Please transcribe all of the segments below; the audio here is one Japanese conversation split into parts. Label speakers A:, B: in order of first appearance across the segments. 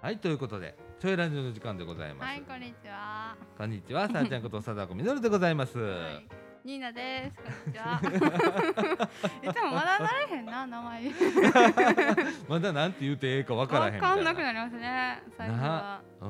A: はいということでちょいラジオの時間でございます、
B: はい、こんにちは。
A: こんにちはさあちゃんこと貞子みのるでございます、
B: はい、ニーナです。こんに ちは。 いつもまだ慣れへんな、名前。
A: まだなんて言うてええかわからへん
B: わ
A: みたい
B: かんなくなりますね、最初は。
A: う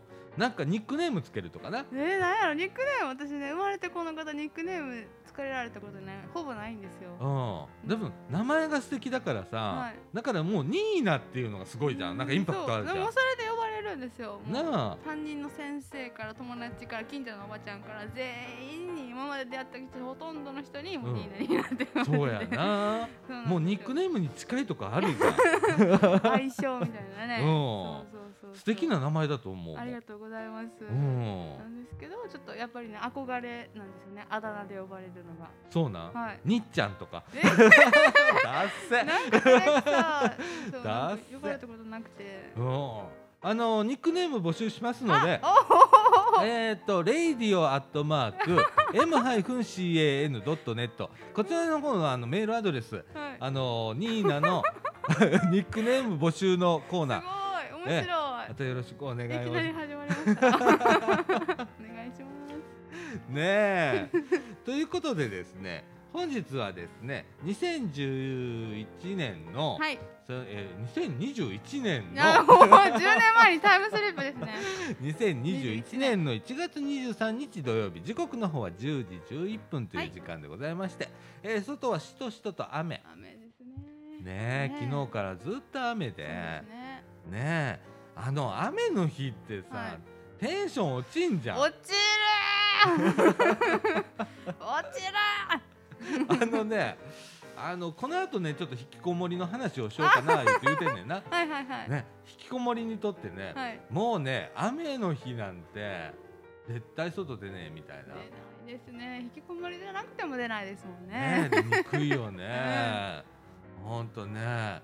A: んなんかニックネームつけるとかな
B: えー、なんやろ、ニックネーム、私ね、生まれてこの方、ニックネーム、つけられたことね、ほぼないんですよ。
A: うん、でも名前が素敵だからさ、
B: はい
A: だからもうニーナっていうのがすごいじゃんなんかインパクトあるじゃ
B: そうでも
A: ん
B: それで呼ばれるんですよ。もう
A: なあ
B: 担任の先生から友達から近所のおばちゃんから全員に今まで出会った人ほとんどの人に
A: う
B: も
A: ん
B: うニーナになってます、
A: そうやな
B: そうなんですよ
A: もうニックネームに近いとかあるじゃん
B: 相性みたいなね。
A: うん
B: そうそうそうそう
A: 素敵な名前だと思う
B: ありがとうございます。
A: うん
B: なんですけど、ちょっとやっぱりね、憧れなんですよね。あだ名で呼ばれるのが。
A: そうなん、
B: はい。
A: にっちゃんとか
B: え
A: ダッセ
B: なんかそれさ、そう
A: だ
B: な
A: っ
B: んか
A: せ
B: 呼ばれたことなくて。
A: うんあのニックネーム募集しますのでえっ、と、レイディオアットマーク、m-can.net。こちらの方のあのメールアドレス、
B: はい。
A: あの、ニーナの ニックネーム募集のコーナー、
B: すごい、面白い
A: ま。たよろしくお願い
B: い
A: を
B: きなり
A: ね
B: 始まりました。お願いします。
A: え。ということでですね、本日はですね、2011年の、
B: はい。
A: そえー2021年
B: あ、
A: の、
B: もう10年前にタイムスリップですね。
A: 2021年の1月23日土曜日時刻の方は10時11分という時間でございまして、えー外はしとしとと雨
B: 雨ですね。
A: ねえ
B: ねえ
A: 昨日からずっと雨で
B: そうですね。
A: ねえあの雨の日ってさ、
B: はい
A: テンション落ちんじゃん
B: 落ち るー落ちるー
A: あのねあのこの後ねちょっと引きこもりの話をしようかなって言うてんねんな、
B: はいはいはい。
A: ね、引きこもりにとってね、
B: はい。
A: もうね雨の日なんて絶対外出ねえみたいな。
B: 出ないですね。引きこもりじゃなくても出ないですもん
A: ね
B: ね。
A: え、出にくいよね
B: ね。
A: ほんとね。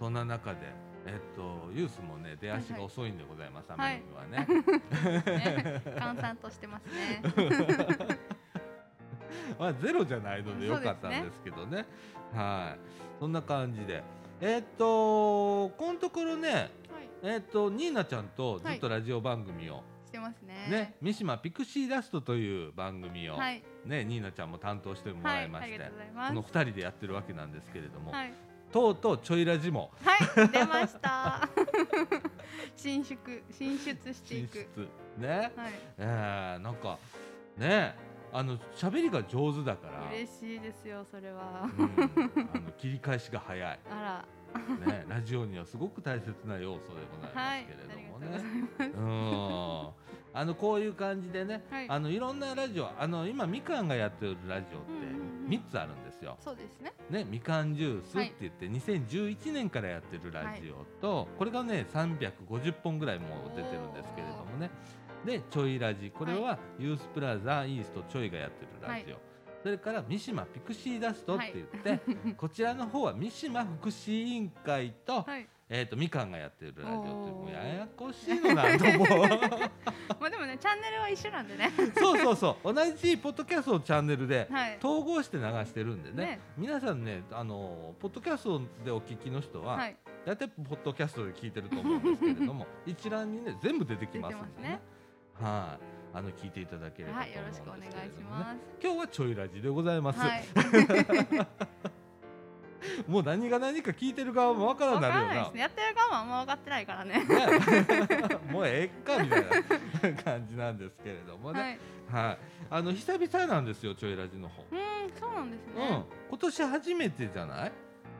A: そんな中で、えっと、ユースもね、出足が遅いんでございます。
B: はいはい
A: 雨の日 はね。
B: ね閑散としてますね。
A: まあ、ゼロじゃないので、
B: そ
A: よ
B: うです
A: か
B: ね
A: ったんですけどね。はい。そんな感じで。えっと、このところね、
B: はい。
A: えっと、ニーナちゃんとずっとラジオ番組を、
B: してますね。
A: ね、三島ピクシーダストという番組を、
B: はい。
A: ね、ニーナちゃんも担当しても
B: は
A: ら
B: い。
A: いま
B: あ
A: し
B: り
A: て、
B: がとうござい
A: こ
B: ま
A: の
B: す。
A: 二人でやってるわけなんですけれども、
B: はい。
A: とうとうちょいラジも
B: はい。出ました。進出進出してい
A: 進
B: く。
A: 出ね、
B: はい。
A: えー、なんかねあの喋りが上手だから、
B: 嬉しいですよ。それは。
A: うん、あの切り返しが早い、
B: あ
A: ね、ラジオにはすごく大切な要素でござ
B: ら。はいい。
A: ます
B: あ
A: けれ
B: り
A: ども
B: がとうござい
A: ね、
B: ます。
A: うんあのこういう感じでね、
B: はい
A: あのいろんなラジオあの今みかんがやってるラジオっ
B: うんうんうん
A: て3つあるんですよ。
B: そうですね。
A: ね、みかんジュースって言って2011年からやってるラジオと、これがね350本ぐらいもう出てるんですけれどもねでちょいラジこれはユースプラザイーストちょいがやってるラジオ、それから三島ピクシーダストって言って、こちらの方は三島福祉委員会と,、
B: はい。
A: えー、とみかんがやってるラジオっていう
B: おー
A: もうややこしいのなんとも
B: まあでもね、チャンネルは一緒なんでね。
A: そうそうそう同じポッドキャストのチャンネルで
B: はい。
A: 統合して流してるんでね
B: ね
A: 皆さんねあのポッドキャストでお聞きの人は、
B: はい。
A: 大体ポッドキャストで聞いてると思うんですけれど も一覧にね全部出てきますん
B: 出
A: で
B: てます
A: ね
B: ね
A: はいあの聞いていただければと思
B: はい。
A: う
B: よろしくお
A: ん
B: 願
A: で
B: い
A: すけれ
B: し
A: どもね、
B: ます。
A: 今日はちょいラジでございます、
B: はい。
A: もう何が何か聞いてる側もわから
B: わか
A: な
B: ら
A: る
B: ないで
A: よ
B: すね。やってる側はあんま分かってないからね。
A: な、ね もうええかみたいな感じなんですけれどもね、
B: はい。
A: はい、あの久々なんですよちょいラジの方、
B: うーん、そうなんです
A: うん
B: ね。、
A: 今年初めてじゃない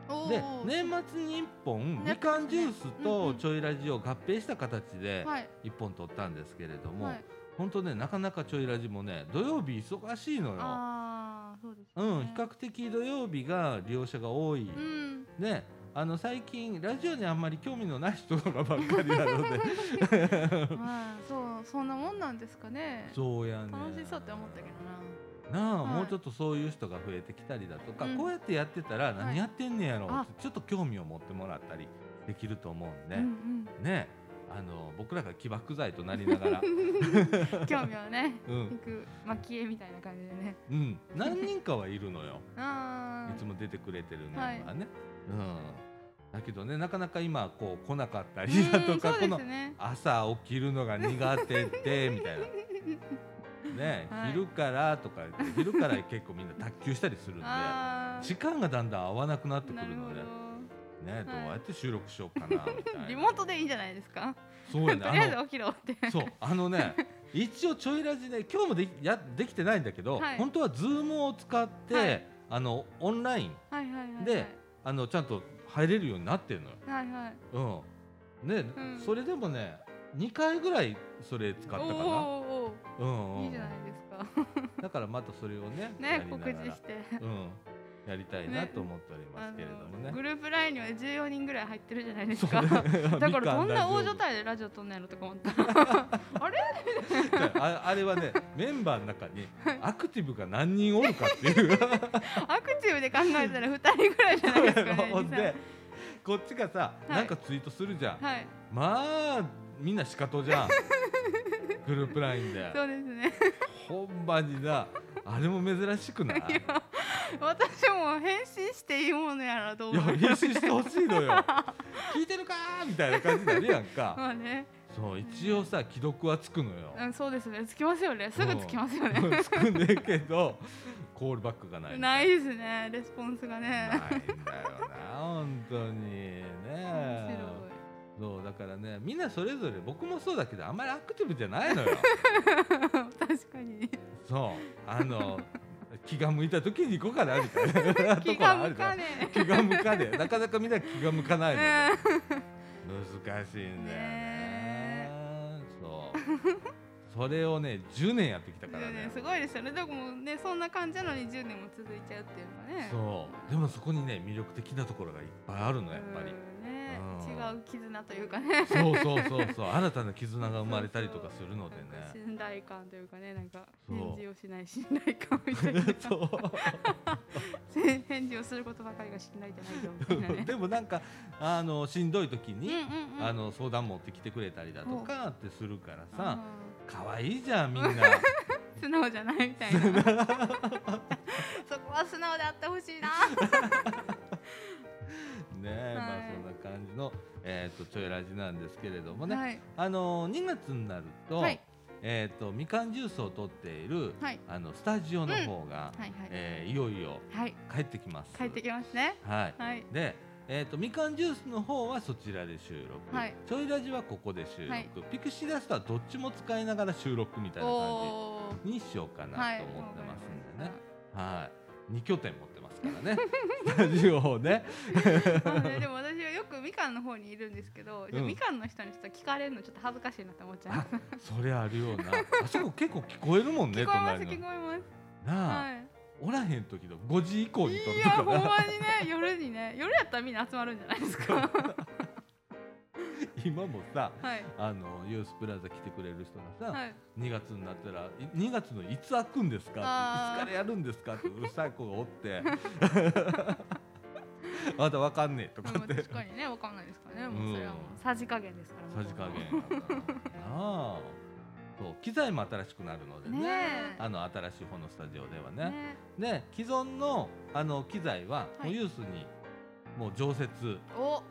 B: お
A: で
B: ー
A: 年末に1本
B: や
A: み
B: ってま
A: か
B: すね
A: んジュース
B: うん
A: と
B: うん
A: ちょいラジオを合併した形で
B: はい。
A: 1本取ったんですけれども、
B: はい。
A: 本当ねなかなかちょいラジもね土曜日忙しいのよ。
B: ああ、そうですね。
A: うん、比較的土曜日が利用者が多い、
B: うん。
A: ねあの最近ラジオにあんまり興味のない人がばっかりなの で
B: まあ、 そう、そんなもんなんですかね。
A: そうやね
B: 楽しそうって思ったけどな。
A: なあ、
B: はい
A: もうちょっとそういう人が増えてきたりだとか、
B: うん
A: こうやってやってたら
B: は
A: 何
B: い
A: やってんねやろう
B: あ
A: ってちょっと興味を持ってもらったりできると思うんで、
B: うん
A: ねあの僕らが起爆剤となりなが ら、
B: うん。興味はね。
A: う
B: 行
A: ん
B: く、蒔絵みたいな感じでね。
A: うん、何人かはいるのよ、
B: あ
A: いつも出てくれてるメンバーね、だけどねなかなか今こう来なかったり
B: うん
A: だとか、
B: そう
A: こ
B: で
A: の
B: すね
A: 朝起きるのが苦手 でみたいな。ね、
B: はい
A: 昼からとか言って昼から結構みんな卓球したりするんで
B: あー
A: 時間がだんだん合わなくなってく
B: なる
A: るの
B: ほ
A: で
B: ど
A: ねどう
B: はい
A: やって収録しようかなみたいな
B: リモートでいいんじゃないですか
A: そう
B: と
A: や
B: り
A: ね
B: あえ
A: あ
B: ず
A: の
B: 起きろって
A: そうあのね一応ちょいラジで今日もできやできてないんだけど、
B: はい
A: 本当はズームを使って、
B: はい
A: あのオンライン
B: はいはいはいはい
A: であのちゃんと入れるようになってる
B: はいはい
A: のよ。うん、ね、
B: うん
A: それでもね2回ぐらいそれ使ったか
B: おー
A: な。
B: おー
A: うんうん
B: おー
A: うん
B: いいじゃないです
A: だからまたそれをねや
B: かね
A: りな
B: 告
A: がら
B: 知して
A: うん、やりたいな
B: ね
A: と思っておりますけれどもね。
B: あのグループラインには14人ぐらい入ってるじゃないです
A: そう
B: かだ か
A: み
B: ら
A: か
B: ど
A: んラ
B: ん
A: ジ
B: な
A: オ部
B: 大所帯でラジオ撮んねやろとか思った
A: ああれはねメンバーの中にアクティブが何人おるかっていう
B: アクティブで考えたら2人ぐらいじゃないです かね
A: ほんで
B: 23
A: こっちがさ、
B: い
A: なんかツイートするじゃん、
B: はい
A: まあみんな仕方じゃん グループラインで
B: そうですね
A: ほんまになあれも珍しくないい
B: いや私も返信していいものやらどう
A: や
B: 思う
A: 編集してほしいの よ聞いてるかーみたいな感じになるやんか
B: まあね、
A: そう一応さ既読はつくのよ
B: うん、そうですねつきますよねすぐつきますよね
A: つくねえけどコールバックがないみた
B: ない
A: い
B: ですねレスポンスが
A: な
B: ね
A: ないんだよな本当にね
B: 面
A: そうだからねみんなそれぞれ僕もそうだけどあんまりアクティブじゃないのよ
B: 白い 確か に
A: そうあの気が向いた時に行こうかなみたいなと
B: 気
A: ころ
B: が
A: あ
B: 向
A: る
B: か
A: ね
B: ね
A: 気が向かねえなかなかみんな気が向かない
B: え
A: の
B: ね
A: よ難しいんだよね
B: ね
A: そうそれをね10年やってきた
B: え
A: からね
B: すごいですよねでもねそんな感じなのに10年も続いちゃうっていうのがね
A: そうでもそこにね魅力的なところがいっぱいあるのやっぱり
B: うんね
A: うん
B: 違う絆というかね
A: そうそうそうそう新たな絆が生まれたりとかするのでね
B: 信頼感というかねなんか
A: そう
B: 返事をしない信頼感みたいな
A: そう
B: 返事をすることばかりが信頼じゃないよみたいな ね
A: でもなんかあのしんどい時
B: うん
A: に、
B: うんうん
A: あの相談持ってきてくれたりだとかってするからさ
B: あー
A: 可愛いじゃん みんな
B: 素直じゃないみたい なそこは素直であってほしいな
A: ねえ、まあ
B: はい
A: そんな感じの、えー、とちょいラジなんですけれどもね、
B: はい
A: あの2月になると,、
B: はい
A: えー、とみかんジュースを取っている、
B: はい
A: あのスタジオの方が、
B: はいはい、
A: えーいよいよ
B: はい
A: 帰ってきます。
B: 帰ってきますね
A: はい
B: はい
A: で、えー、とみかんジュースの方はそちらで収録、
B: はい
A: ちょいラジはここで収録、
B: はい
A: ピクシーダストはどっちも使いながら収録みたいな感
B: おー
A: じにしようか
B: は
A: ないと思ってますんでね、はい2拠点持ってますからねスタジオをね
B: あのねでも私はよくみかんの方にいるんですけど、じゃあ
A: うん
B: みかんの人にちょっと聞かれるのちょっと恥ずかしいなって思っちゃう
A: あそれあるようなあそこ結構聞こえるもんね
B: 聞こえます
A: 隣の
B: 聞こえます
A: なあ、
B: はい
A: おらへん時の5時以降に撮
B: い
A: る
B: や
A: と
B: ほん
A: か
B: まに
A: な
B: ね夜にね夜やったらみんな集まるんじゃないですか
A: 今もさ
B: はい
A: あのユースプラザ来てくれる人がさ、
B: はい
A: 2月になったらい2月のいつ開くんですかっていつ
B: あー
A: からやるんですかってうるさい子がおって まだわかんねえと
B: ま
A: か
B: あま
A: っ
B: あ
A: て
B: 確かにねわかんないですからねもうそれはも
A: うん
B: うさじ加減ですから
A: さじ加減やからなあそう機材も新しくなるのでね
B: ねえ
A: あの新しい方のスタジオでは
B: ね
A: ねで既存のあの機材は
B: はい
A: もうユースにもう常設
B: お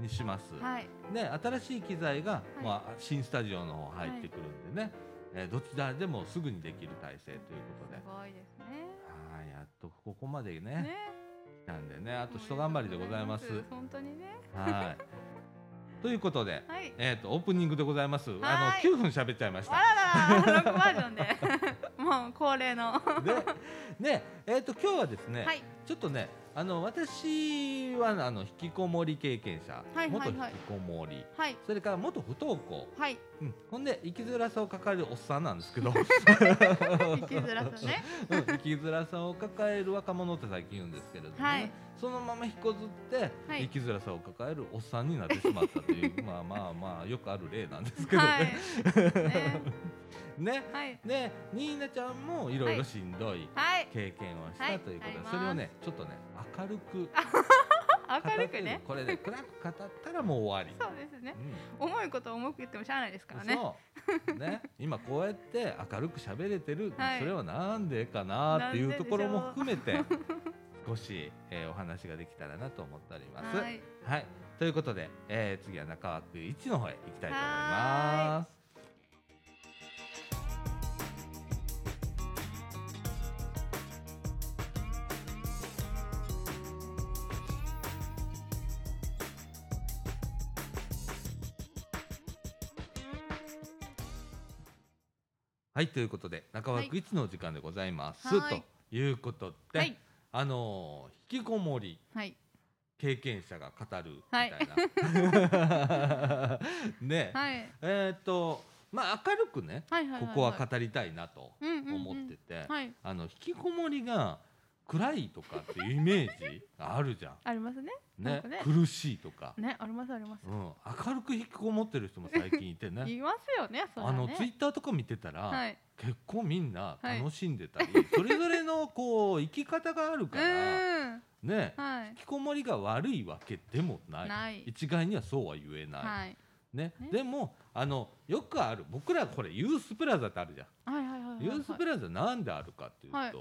A: にします、
B: はい
A: で新しい機材が、
B: い
A: まあ、新スタジオの方入ってくるんでね、えーどちらでもすぐにできる体制ということで。
B: すごいですね
A: はい、やっとここまでね
B: ね
A: 来たんでねあと一頑張りでございます。
B: 本当にね
A: はいということで、
B: はい
A: えー、とオープニングでございます。あ
B: は
A: の
B: い
A: 9分喋っちゃいまし
B: あ
A: た。
B: らららロックバージ ョンでもう恒例のは
A: でねえー、と今日はですね、
B: い
A: ちょっとねあの私はあの引きこもり経験者、
B: はい
A: 元
B: はい
A: 引
B: はい
A: きこもり
B: はい
A: それから元不登校、
B: はい
A: うん、ほんで生きづらさを抱えるおっさんなんですけ ど。
B: 生きづら さね
A: うん生きづらさを抱える若者って最近言うんですけれども、ね
B: はい
A: そのまま引こずって
B: は
A: 生
B: い
A: きづらさを抱えるおっさんになってしまったと いう、まあまあまあよくある例なんですけど
B: はい
A: ね。
B: ね
A: ね
B: はい
A: でニーナちゃんもいろいろしんどい
B: はい
A: 経験をし
B: は
A: た
B: い
A: ということで、
B: あります
A: それをねちょっとね明るく
B: 明
A: 語
B: る
A: って
B: く
A: る
B: ね
A: これで暗く語ったらもう終わり。
B: そうですね
A: うん
B: 重いことを重く言ってもしゃあないですからね
A: そうね、今こうやって明るく喋れてる、
B: はい
A: それはなんでかなっていうところも含めて少し、えーお話ができたらなと思っております。
B: は
A: はい、
B: い
A: ということで、えー次は中枠1の方へ行きたいと思い
B: はー
A: ます。はいということで中枠1のお時間でございます。
B: はい
A: ということで、
B: はい
A: あのー引きこもり
B: はい
A: 経験者が語るみた
B: はいい
A: な。 ね、
B: はい
A: えーっとまあ明るくね
B: はいはい
A: ここは語りたいなと
B: うんうんうん
A: 思ってて、
B: はい
A: あの引きこもりが暗いとかっていうイメージあるじゃ
B: ありますね
A: ん。
B: なん
A: ね
B: かね
A: 苦しいとか、
B: ねありますあります
A: うん、明るく引きこもってる人も最近いてね。
B: 言 いますよねそれ
A: あ
B: は
A: の
B: ね
A: ツイッターとか見てたら、
B: はい
A: 結構みんな
B: はい
A: 楽しんでたり、それぞれのこう生き方がある
B: う
A: から
B: ーん
A: ね
B: はい
A: 引きこもりが悪いわけでもない
B: ない
A: 一概にはそうは言えない、
B: はい
A: ね
B: ね
A: でもあのよくある僕らこれユースプラザってあるじゃん、
B: はいはいはいはい
A: ユースプラザなんであるかっていうと、
B: はい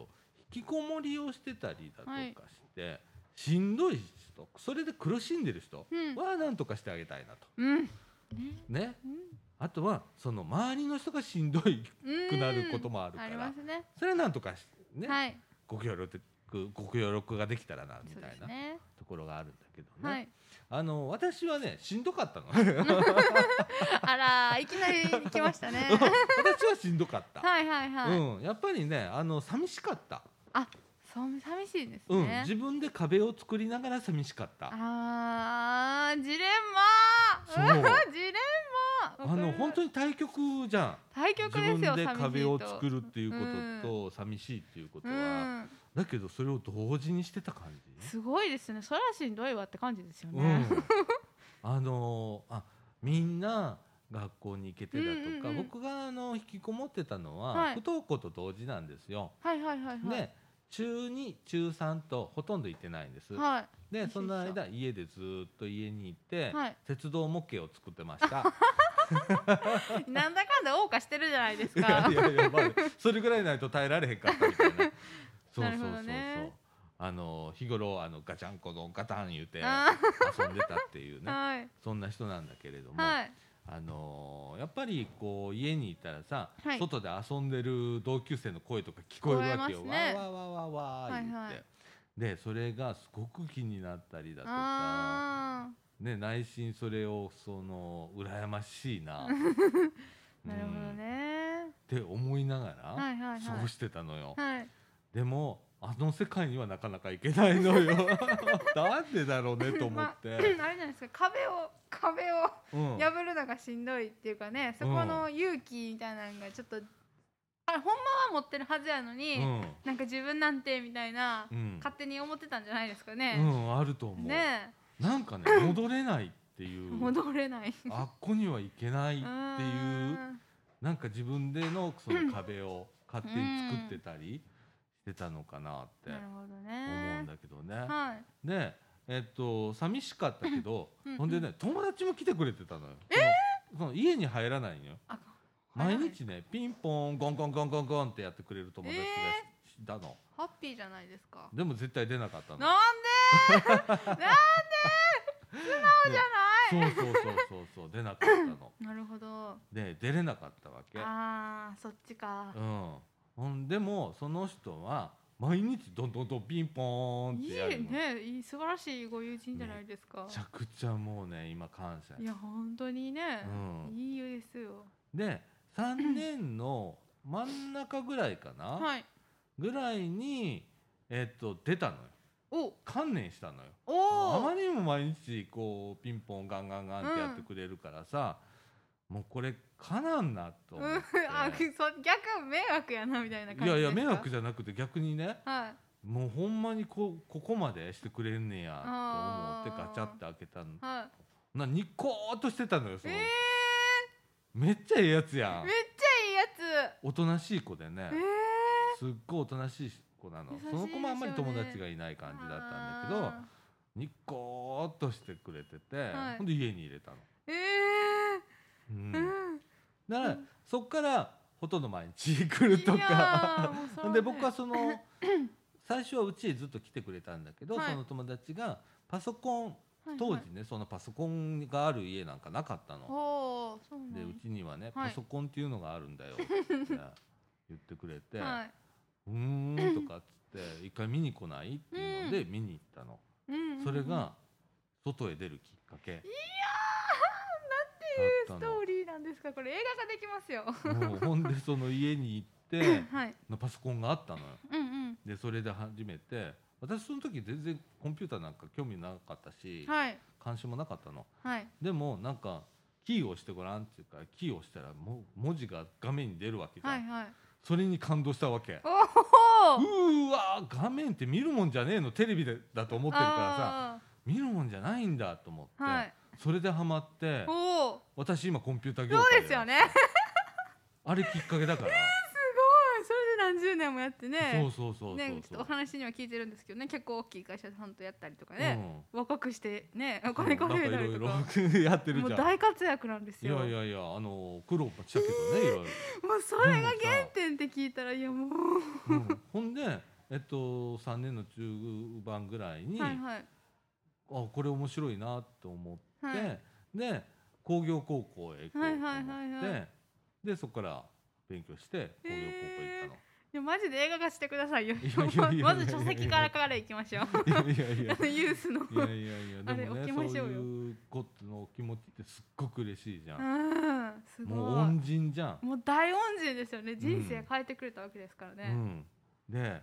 A: 引きこもりをしてたりだとか
B: はい
A: して、しんどい人それで苦しんでる人
B: うん
A: はなんとかしてあげたいなと。
B: うん
A: ね、
B: うん
A: あとはその周りの人がしんどいくなることもあるか
B: あり
A: ら、
B: ますね
A: それはなんとかしね、
B: はい
A: ご協力ご協力ができたらなみ
B: そう
A: た
B: で
A: い
B: す
A: な
B: ね
A: ところがあるんだけどね、
B: はい
A: あの私はねしんどかったの
B: あらいきなり来ま したね
A: 私はしんどかった、
B: はいはいはい、
A: うん、やっぱりねあの寂しかった、
B: そう寂しいです
A: うん
B: ね、
A: 自分で壁を作りながら寂しかった
B: あージレンマ
A: そう
B: ジレンマ
A: あの本当
B: に
A: に対極じゃん
B: 対局です
A: 自
B: よ
A: 分で
B: 寂しいと
A: 壁を作るっていうことと寂しいっていうこと
B: う
A: は、
B: ん
A: だけどそれを同時にしてた感じ、
B: すごいですねそらしんどいわって感じですよ
A: う
B: ね、
A: ん、あのーあみんな学校に行けてたとか、
B: うんうんうん
A: 僕があの引きこもってたのは、
B: はい
A: 不登校と同時なんですよ。
B: はいはいはいはい、
A: で中2中3とほとんど行ってないんです。
B: は
A: で
B: 一緒
A: その間家でずーっと家にいて、
B: はい
A: 鉄道模型を作ってました。
B: い、なんだかんだ謳歌してるじゃないです
A: いや
B: か
A: いやいや、まあ、それぐらいないと耐えられへんかったみ たいな。そうそうそう
B: なるほ
A: そ
B: ど
A: う。
B: ね
A: あの日頃あのガチャンコのガタン言うて
B: あ
A: 遊んでたっていう
B: ー
A: ね
B: はい
A: そんな人なんだけれども、
B: はい
A: あのーやっぱりこう家にいたらさ、
B: はい
A: 外で遊んでる同級生の声とか聞こえるわけ
B: 聞
A: よ、
B: こえますね
A: わーわーわーわーわー言って、
B: はいはい
A: でそれがすごく気になったりだとか、
B: あ
A: ね、内心それをその羨ましい なう
B: ーなるほど
A: んっ
B: ね、
A: て思いなが
B: はい
A: ら
B: はいはい
A: 過ごしてたのよ、
B: はい
A: でもあの世界にはなかなか行けないの よなんでだろうねと思
B: まあ
A: っ、
B: あ
A: て、
B: れじゃないですか壁を壁を
A: うん
B: 破るのがしんどいっていうかねそこの勇気みたいなのがちょっとあれほんまは持ってるはずやのに、
A: うん
B: なんか自分なんてみたいな、
A: うん
B: 勝手に思ってたんじゃないですか
A: う
B: ね、
A: ん、あると思う、
B: ね
A: なん かね戻れないってい
B: え
A: う
B: 戻れないって
A: あっこには行けないっていうなんか自分でのその壁を勝手に作ってたりしてたのかなって
B: なるほど
A: 思うん
B: ね
A: だけどね。
B: はい
A: でえっと寂しかったけど
B: うんうん
A: ほんでね友達も来てくれてたのよ。そのその家に入らないのよ。
B: あ
A: 毎日ねピンポンゴンゴンゴンゴンゴンってやってくれる友達がいたの。
B: ハッピーじゃないですか
A: でも絶対出なかったの。
B: なん
A: でそうそうそうそうそう出なかった の。
B: でなるほど
A: で出れなかったわけ。
B: あーそっちか
A: うんほん、でもその人は毎日どんどんどんピンポーンっ
B: いい
A: てやるの
B: ねいい素晴らしいご友人じゃないですか、
A: めちゃくちゃもうね今感謝
B: いや本当にね、
A: うん
B: いいよですよ
A: で3年の真ん中ぐらいかな、
B: はい
A: ぐらいに、えっと出たのよ
B: お
A: 観念したのよ
B: お
A: あ
B: お
A: まりにも毎日こうピンポンガンガンガンってやってくれるからさ、もうこれかなんなと
B: うん
A: 思っ
B: あそ
A: て、
B: 逆迷惑やなみたいな感じ
A: い
B: です
A: やい
B: か
A: や迷惑じゃなくて逆にね
B: はい
A: もうほんまにこここまでしてくれんねやと思って
B: あー
A: ガチャって開けたの
B: はい
A: なにっこーっとしてたのよそ
B: え
A: の、
B: え
A: めっちゃええやつや
B: ー、
A: ん
B: めっちゃいいやつ
A: おとなしい子でね
B: ええ
A: すっごいおとなしい子なの
B: 優しい
A: その子もあんまり
B: ですよね
A: 友達がいない感じだったんだけど
B: あ
A: にっこーっとしてくれてて、
B: はい
A: ほんで家に入れたの、
B: ーえ
A: うん
B: えー、うん
A: だから、
B: うん
A: そ っからほとんど毎日来ると
B: いや
A: か
B: ーもうそ
A: ほ
B: れは ね
A: んで僕はその最初はうちへずっと来てくれたんだけど、
B: はい
A: その友達がパソコン
B: はい
A: 当
B: はい
A: 時ね、そのパソコンがある家なんかなかったの。
B: おーそうなん
A: でうちにはね、
B: は
A: パ
B: い
A: ソコンっていうのがあるんだよって言ってくれて「
B: はい、
A: うーん」とかっつって「一回見に来ない?」っていうので
B: う
A: 見に行ったの。
B: うんうん
A: それが外へ出るきっかけ。いや
B: う
A: なんん
B: ストーリーなんですかこれ映画ができますよ
A: だったの。もうほんでその家に行 って
B: はい
A: のパソコンがあったのよ。
B: うんうん
A: でそれで初めて私その時全然コンピューターなんか興味なかったし、
B: はい
A: 関心もなかったの。
B: はい
A: でもなんかキーを押してごらんっていうからキーを押したらもう文字が画面に出るわけじゃん、
B: はいはい
A: それに感動したわけ
B: お
A: う
B: お
A: ーわー画面って見るもんじゃねえのテレビでだと思ってるからさ
B: あ
A: 見るもんじゃないんだと思って、
B: ーはい
A: それでハマって
B: おお
A: 私今コンピューター業
B: そう
A: 界
B: ですよね
A: あれきっかけだ から、
B: それで何十年もやってね
A: そうそうそうそうそう、
B: ねちょっとお話には聞いてるんですけどね結構大きい会社さんとやったりとかね、若くしてねお
A: うん、
B: 金稼いだりと
A: な
B: か
A: んかいろいろ やってる
B: もう
A: じゃん
B: 大活躍なんです
A: い
B: よ
A: やいやいやあの苦労もしたけどね、いろいろ
B: もうそれが原点って聞いたらいやもう
A: うんほんで、えっと、3年の中盤ぐらいに、
B: はいはい
A: あこれ面白いなと思っ
B: は
A: て、
B: い
A: で工業高校へ行こうと思って、
B: はいはいはいはい
A: でそこから勉強して工業
B: いやマジで映画化してくださいよ
A: いやいやいやいや
B: まず書籍からからいきましょう
A: 高校行ったの。いやいやいや
B: あのユースの
A: いやいやいや
B: あ
A: で
B: れ
A: もね
B: 置き
A: そう
B: ましょうよ
A: いうことの気持ちってすっごく嬉しいじゃ。
B: うんんすごい
A: もう
B: も
A: 恩人じゃん。
B: う大恩人ですよね人生変えてくれたわけですからね、
A: うん、で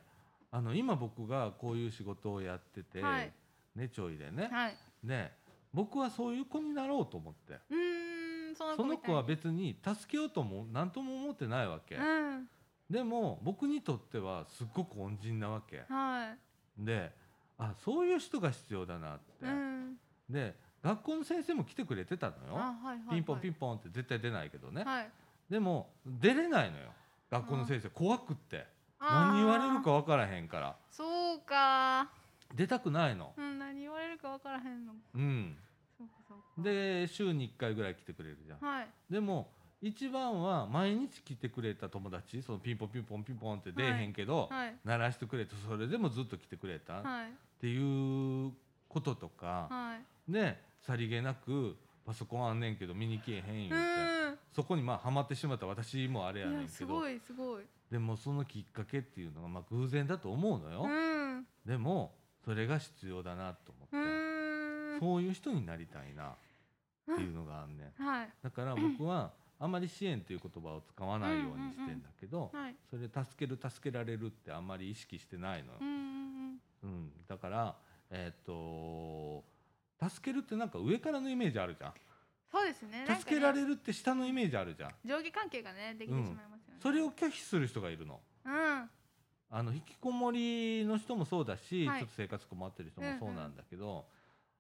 A: あの今僕がこういう仕事をやってて、
B: はい
A: ねちょいでね、
B: はい
A: で僕はそういう子になろうと思って。
B: うーんその子
A: その
B: みた
A: 子
B: い
A: は別に助けようとも何とも思ってないわけ、
B: うん
A: でも僕にとってはすっごく恩人なわけ
B: は
A: であそういう人が必要だなって
B: い、うん
A: で学校の先生も来てくれてたの
B: あ
A: よ、
B: はいはいはい
A: ピンポンピ
B: ン
A: ンポンって絶対出ないけどね、
B: はい
A: でも出れないのよ学校の先生怖くって
B: あー
A: 何言われるか分からへんから
B: そうか
A: 出たくないの
B: うん何言われるか分からへんの
A: うん
B: そうかそうか
A: で週に1回ぐらい来てくれるじゃん
B: はい
A: でも一番は毎日来てくれた友達そのピンポンピンポンピンポンって出えへんけど、
B: はい
A: 鳴らしてくれてそれでもずっと来てくれたっ
B: はい
A: ていうこととか、
B: はい
A: ねさりげなくパソコンあんねんけど見に来えへんよっ
B: う
A: て
B: ーん
A: そこにまあハマってしまった私もあれやね
B: い
A: ん
B: や
A: け
B: す
A: ど
B: ごいすごい
A: でもそのきっかけっていうのがまあ偶然だと思うの
B: う
A: よ、
B: んう
A: でもそれが必要だなと思って、
B: ーん
A: そういう人になりたいなっていうのがあんねん
B: はい
A: だから僕はあまり支援という言葉を使わないようにしてんだけど、
B: はい
A: それ助ける助けられるってあんまり意識してないのよ
B: うんうん
A: うん、だから、えーっと助けるってなんか上からのイメージあるじゃん
B: そうですねなんかね
A: 助けられるって下のイメージあるじゃん
B: 上下関係がねできてしまいますよね
A: それを拒否する人がいるの
B: うん
A: あの引きこもりの人もそうだし、
B: はい
A: ちょっと生活困ってる人もそうなんだけど、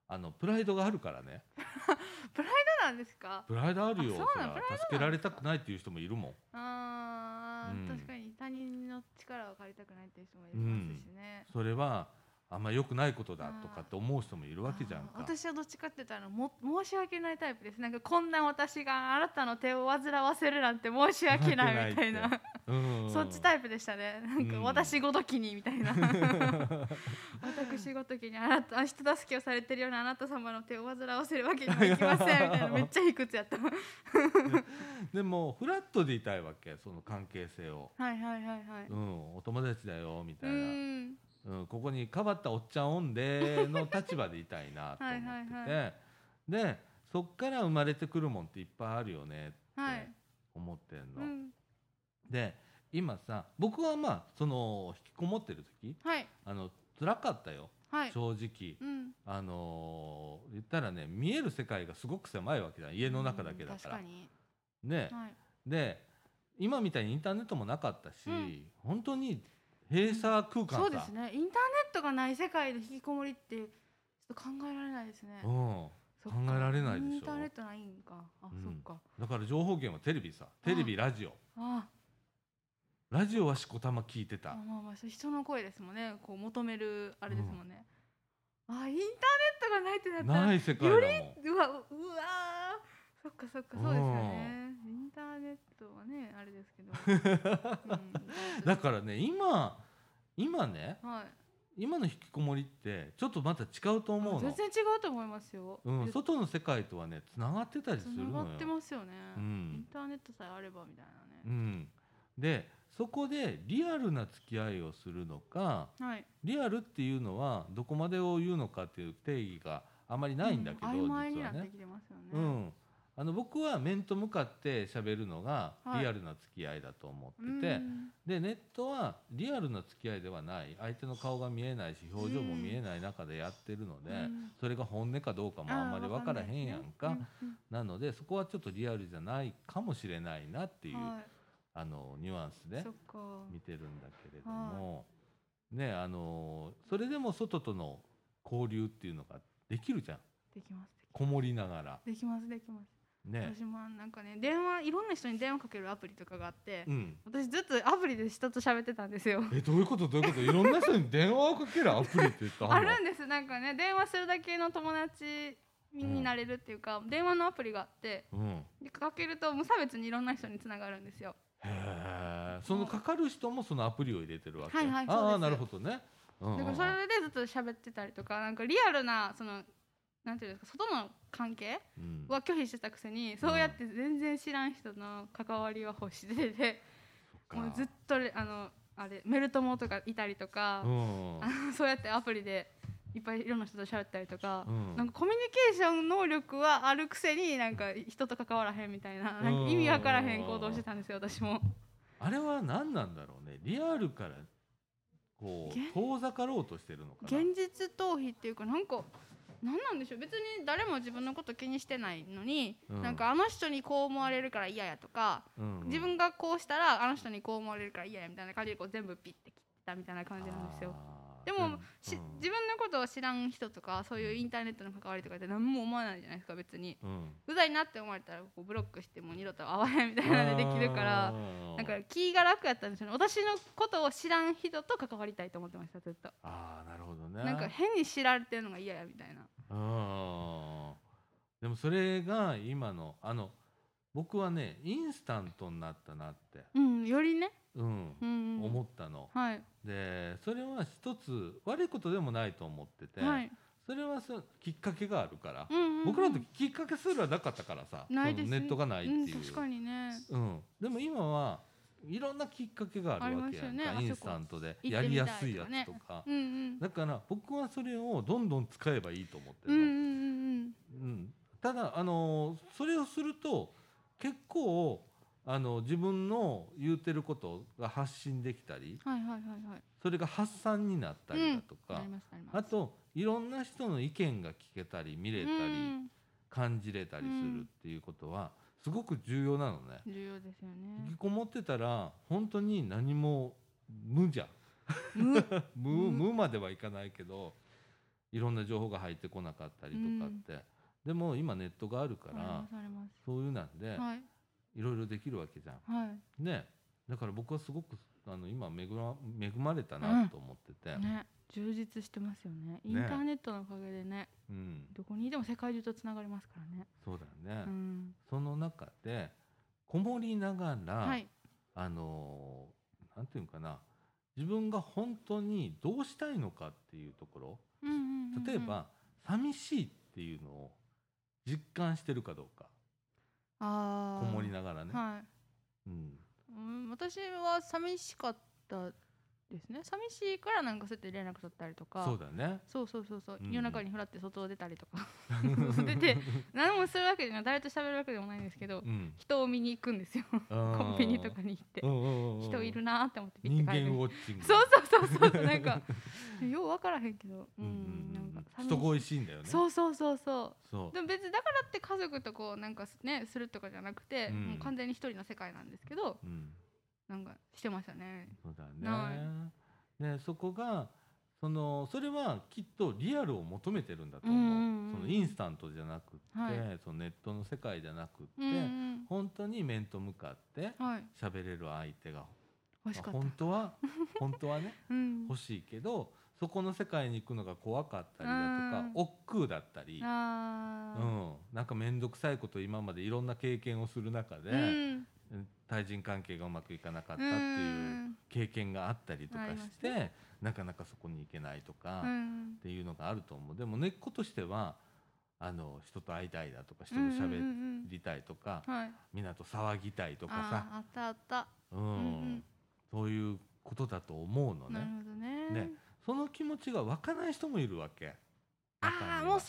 A: あのプライドがあるからね
B: そうなんですか
A: プライドあるよ
B: あそうなの
A: そら
B: プライドなんですか
A: 助けられたくないっていう人もいるもん
B: あー
A: うん
B: 確かに他人の力を借りたくないっていう人もいますしね
A: それはあんま良くないことだとかって思う人もいるわけじゃん
B: あー
A: か
B: 私はどっちかって言ったらも申し訳ないタイプですなんかこんな私があなたの手を煩わせるなんて申し訳ないみたい
A: 申し訳ない
B: な
A: うん
B: そっちタイプでしたねなん
A: う
B: か
A: ん
B: 私ごときにみた いな私ごときにあなた人助けをされてるようなあなた様の手を煩わせるわけにはいきませんみた いなめっちゃ卑屈やったはい
A: でもフラットでいたいわけその関係性を、、
B: はいはいはいう
A: ん、お友達だよみた
B: う
A: いな。
B: ん
A: うん、ここにかばったおっちゃんおんでの立場でいたいなと思ってて
B: はいは
A: でそっから生まれてくるもんっていっぱいあるよねっ
B: は
A: て
B: い、
A: 思ってん
B: う
A: の。
B: ん、
A: で今さ僕はまあその引きこもってる時
B: はい
A: あの辛かったよ
B: はい
A: 正直。
B: うん
A: あのー言ったらね見える世界がすごく狭いわけだ家の中だけだから。
B: うん確かに
A: ね
B: はい
A: で今みたいにインターネットもなかったし、
B: うん
A: 本当に閉鎖空間さ、
B: そうですねインターネットがない世界で引きこもりってちょっと考えられないですね
A: う、ん、
B: そっか
A: 考えられないでしょ
B: インターネットないんかあ、
A: うん
B: そっか
A: だから情報源はテレビさテレビラジオ
B: あ
A: ラジオはしこたま聞いてた
B: まあ、まあまあそう人の声ですもんねこう求めるあれですもんね、あインターネットがないってなったら
A: ない世界だもん
B: ようわうわーそっかそっかそうですよねイ ンターネットはねあれですけど、うん
A: だからね今今ね
B: はい
A: 今の引きこもりってちょっとまた違うと思う
B: 全
A: の
B: 然、違うと思いますよ
A: うん、
B: で
A: 外の世界とはねつながってたり
B: つ
A: するのよ
B: ながってますよね、
A: うん
B: インターネットさえあればみたいな
A: う
B: ね、
A: ん、でそこでリアルな付き合いをするのか
B: はい
A: リアルっていうのはどこまでを言うのかっていう定義があまりないんだけど、
B: うん曖昧に
A: 実
B: な
A: は
B: って
A: ね。
B: きてますよね、
A: うんあの僕は面と向かって喋るのが
B: はい
A: リアルな付き合いだと思
B: う
A: っ
B: ん
A: てて、でネットはリアルな付き合いではない相手の顔が見えないし表情も見えない中でやってるので、
B: うん
A: それが本音かどうかもあんまり分からへんやんか
B: あ
A: な
B: ーわんな
A: の
B: いですね
A: でそこはちょっとリアルじゃないかもしれないなって
B: う
A: い
B: ん
A: う、
B: うんは
A: あのニュアンス
B: い
A: で
B: そっか
A: 見てるんだけれども、ねあのーそれでも外との交流っていうのができるじゃん
B: できます
A: こもりながら
B: できますできます
A: ね。
B: 私もなんかね電話いろんな人に電話かけるアプリとかがあって、
A: うん
B: 私ずっとアプリで人と喋ってたんですよ
A: えどういうことどういうこといろんな人に電話をかけるアプリって言ったの
B: あるんですなんかね電話するだけの友達になれるっていうか、電話のアプリがあって
A: うん
B: でかけると無差別にいろんな人につながるんですよ
A: へえそのかかる人もそのアプリを入れてるわけ、
B: はいはいそう
A: あ
B: で
A: あ
B: す
A: なるほどね、うんうん
B: だ
A: う
B: から
A: ん
B: それでずっと喋ってたりとかなんかリアルなそのなんていうんですか外の関係
A: うん
B: は拒否してたくせにそうやって全然知らん人の関わりは欲してて、
A: そっか
B: もうずっとれあのあれメルトモとかいたりとか
A: う、ん
B: あのそうやってアプリでいっぱいいろんな人と喋ったりとか、
A: うん
B: なんかコミュニケーション能力はあるくせになんか人と関わらへんみたいななんか意味わからへん行動してたんですよ私も。
A: あれは何なんだろうねリアルからこ
B: 現
A: う遠ざかろうとしてるのかな
B: 現実逃避っていうかなんかなんなんでしょう別に誰も自分のこと気にしてないのに、
A: うん
B: なんかあの人にこう思われるから嫌やとか、
A: うんうん
B: 自分がこうしたらあの人にこう思われるから嫌やみたいな感じでこう全部ピッて切ったみたいな感じなんですよ。
A: あー
B: でも、
A: うん
B: し
A: うん
B: 自分のことを知らん人とかそういうインターネットの関わりとかって何も思わないじゃないですか別に。
A: うん
B: うざいなって思われたらこうブロックしてもう二度と会わへんみたいなの でできるから
A: あー
B: なんか気が楽やったんですよね私のことを知らん人と関わりたいと思ってましたずっと
A: あーなるほどね
B: なんか変に知られてるのが嫌やみたいな
A: うんでもそれが今のあの僕はねインスタントになったなって、
B: うんよりね
A: うん
B: うん
A: 思ったの
B: はい
A: でそれは一つ悪いことでもないと思ってて、
B: はい
A: それはそきっかけがあるから、
B: うんうんうん
A: 僕らの時きっかけすらなかったからさ
B: ない
A: そ
B: です
A: のネットがないっていう、
B: うん確かにね
A: うん、でも今はいろんなきっかけがあるわけやん
B: ありますよ
A: か、
B: ね
A: インスタントで
B: 行
A: や
B: って
A: り
B: み
A: やす
B: たいとかね
A: いやつとか、
B: うんうん
A: だから僕はそれをどんどん使えばいいと思って
B: うんう
A: る
B: ん
A: の、
B: うん
A: うんただあのーそれをすると結構あの自分の言うてることが発信できたり
B: うんはいはいはいはい
A: それが発散になったりだとか
B: なり、ますなります
A: あといろんな人の意見が聞けたり見れたり、
B: うん
A: 感じれたりするっていうことはすごく重要なのね。
B: 重要ですよ
A: 引き
B: ね
A: こもってたら本当に何も無じゃん
B: む
A: 無
B: 無
A: 無まではいかないけどいろんな情報が入ってこなかったりとかって、でも今ネットがあるか
B: あり
A: ら
B: ますあります
A: そういうなんで
B: はい
A: いろいろできるわけじゃん。
B: はい
A: ねだから僕はすごくあの今恵ま恵まれたなと思ってて、
B: ね充実してますよねイン
A: ね
B: ターネットのおかげでね
A: うん、
B: どこにでも世界中とつながりますからね
A: そうだね、
B: うん
A: その中でこもりながら、
B: はい
A: あのーなんていうのかな自分が本当にどうしたいのかっていうところ
B: うんうんうんうん
A: 例えば、寂しいっていうのを実感してるかどうか
B: あ
A: こ
B: ー
A: もりながらね、
B: はい
A: うん、
B: うん、私は寂しかったですね寂しいからなんかそうやって連絡取ったりとか
A: そうだね
B: そうそうそうそう、
A: うん
B: 夜中にふらって外を出たりとか 出て何もするわけじゃない誰と喋るわけでもないんですけど
A: うん
B: 人を見に行くんですよ
A: コ
B: コンビニとかに行って人いるなーって思ってピッ
A: 人間
B: て帰る
A: ウォッチング
B: そうそうそうそうなん かよう分からへんけどう
A: うん
B: ん
A: う
B: なん
A: うんん
B: か寂し
A: 人恋しいんだよね
B: そうそうそうそう
A: そう
B: でも別にだからって家族とこうなんかねするとかじゃなくて、
A: うん
B: もう完全に一人の世界なんですけど
A: うん
B: なんかしてましたね
A: そうだ
B: は
A: ね。ね、そこが、その、それはきっとリアルを求めてるんだと思う。
B: うんうんうん
A: そのインスタントじゃなくって、
B: はい
A: そのネットの世界じゃなくって、
B: うんうん
A: 本当に面と向かって
B: はい
A: 喋れる相手が、
B: 欲しかった
A: 本当は、本当はね、
B: うん
A: 欲しいけど、そこの世界に行くのが怖かったりだとか
B: う、ん
A: 億劫だったり、う
B: あ
A: ん、なんか面倒くさいこと今までいろんな経験をする中で、
B: ーうん
A: うん対人関係がうまくいかなかった
B: う
A: っていうん経験があったりとか
B: ありま
A: し
B: す
A: て、なかなかそこに行けないとか、
B: う
A: っ
B: ん
A: ていうのがあると思うでも根っことしてはあの人と会いたいだとか人
B: う
A: と
B: んうんう
A: 喋
B: ん
A: りたいとか、
B: はい
A: みんなと騒ぎたいとかさ
B: あーあったあった
A: うん
B: うんうん
A: そういうことだと思うの
B: なる
A: ね
B: ほどね
A: ねその気持ちが湧かない人もいるわけ中に
B: あ
A: は
B: あもうそ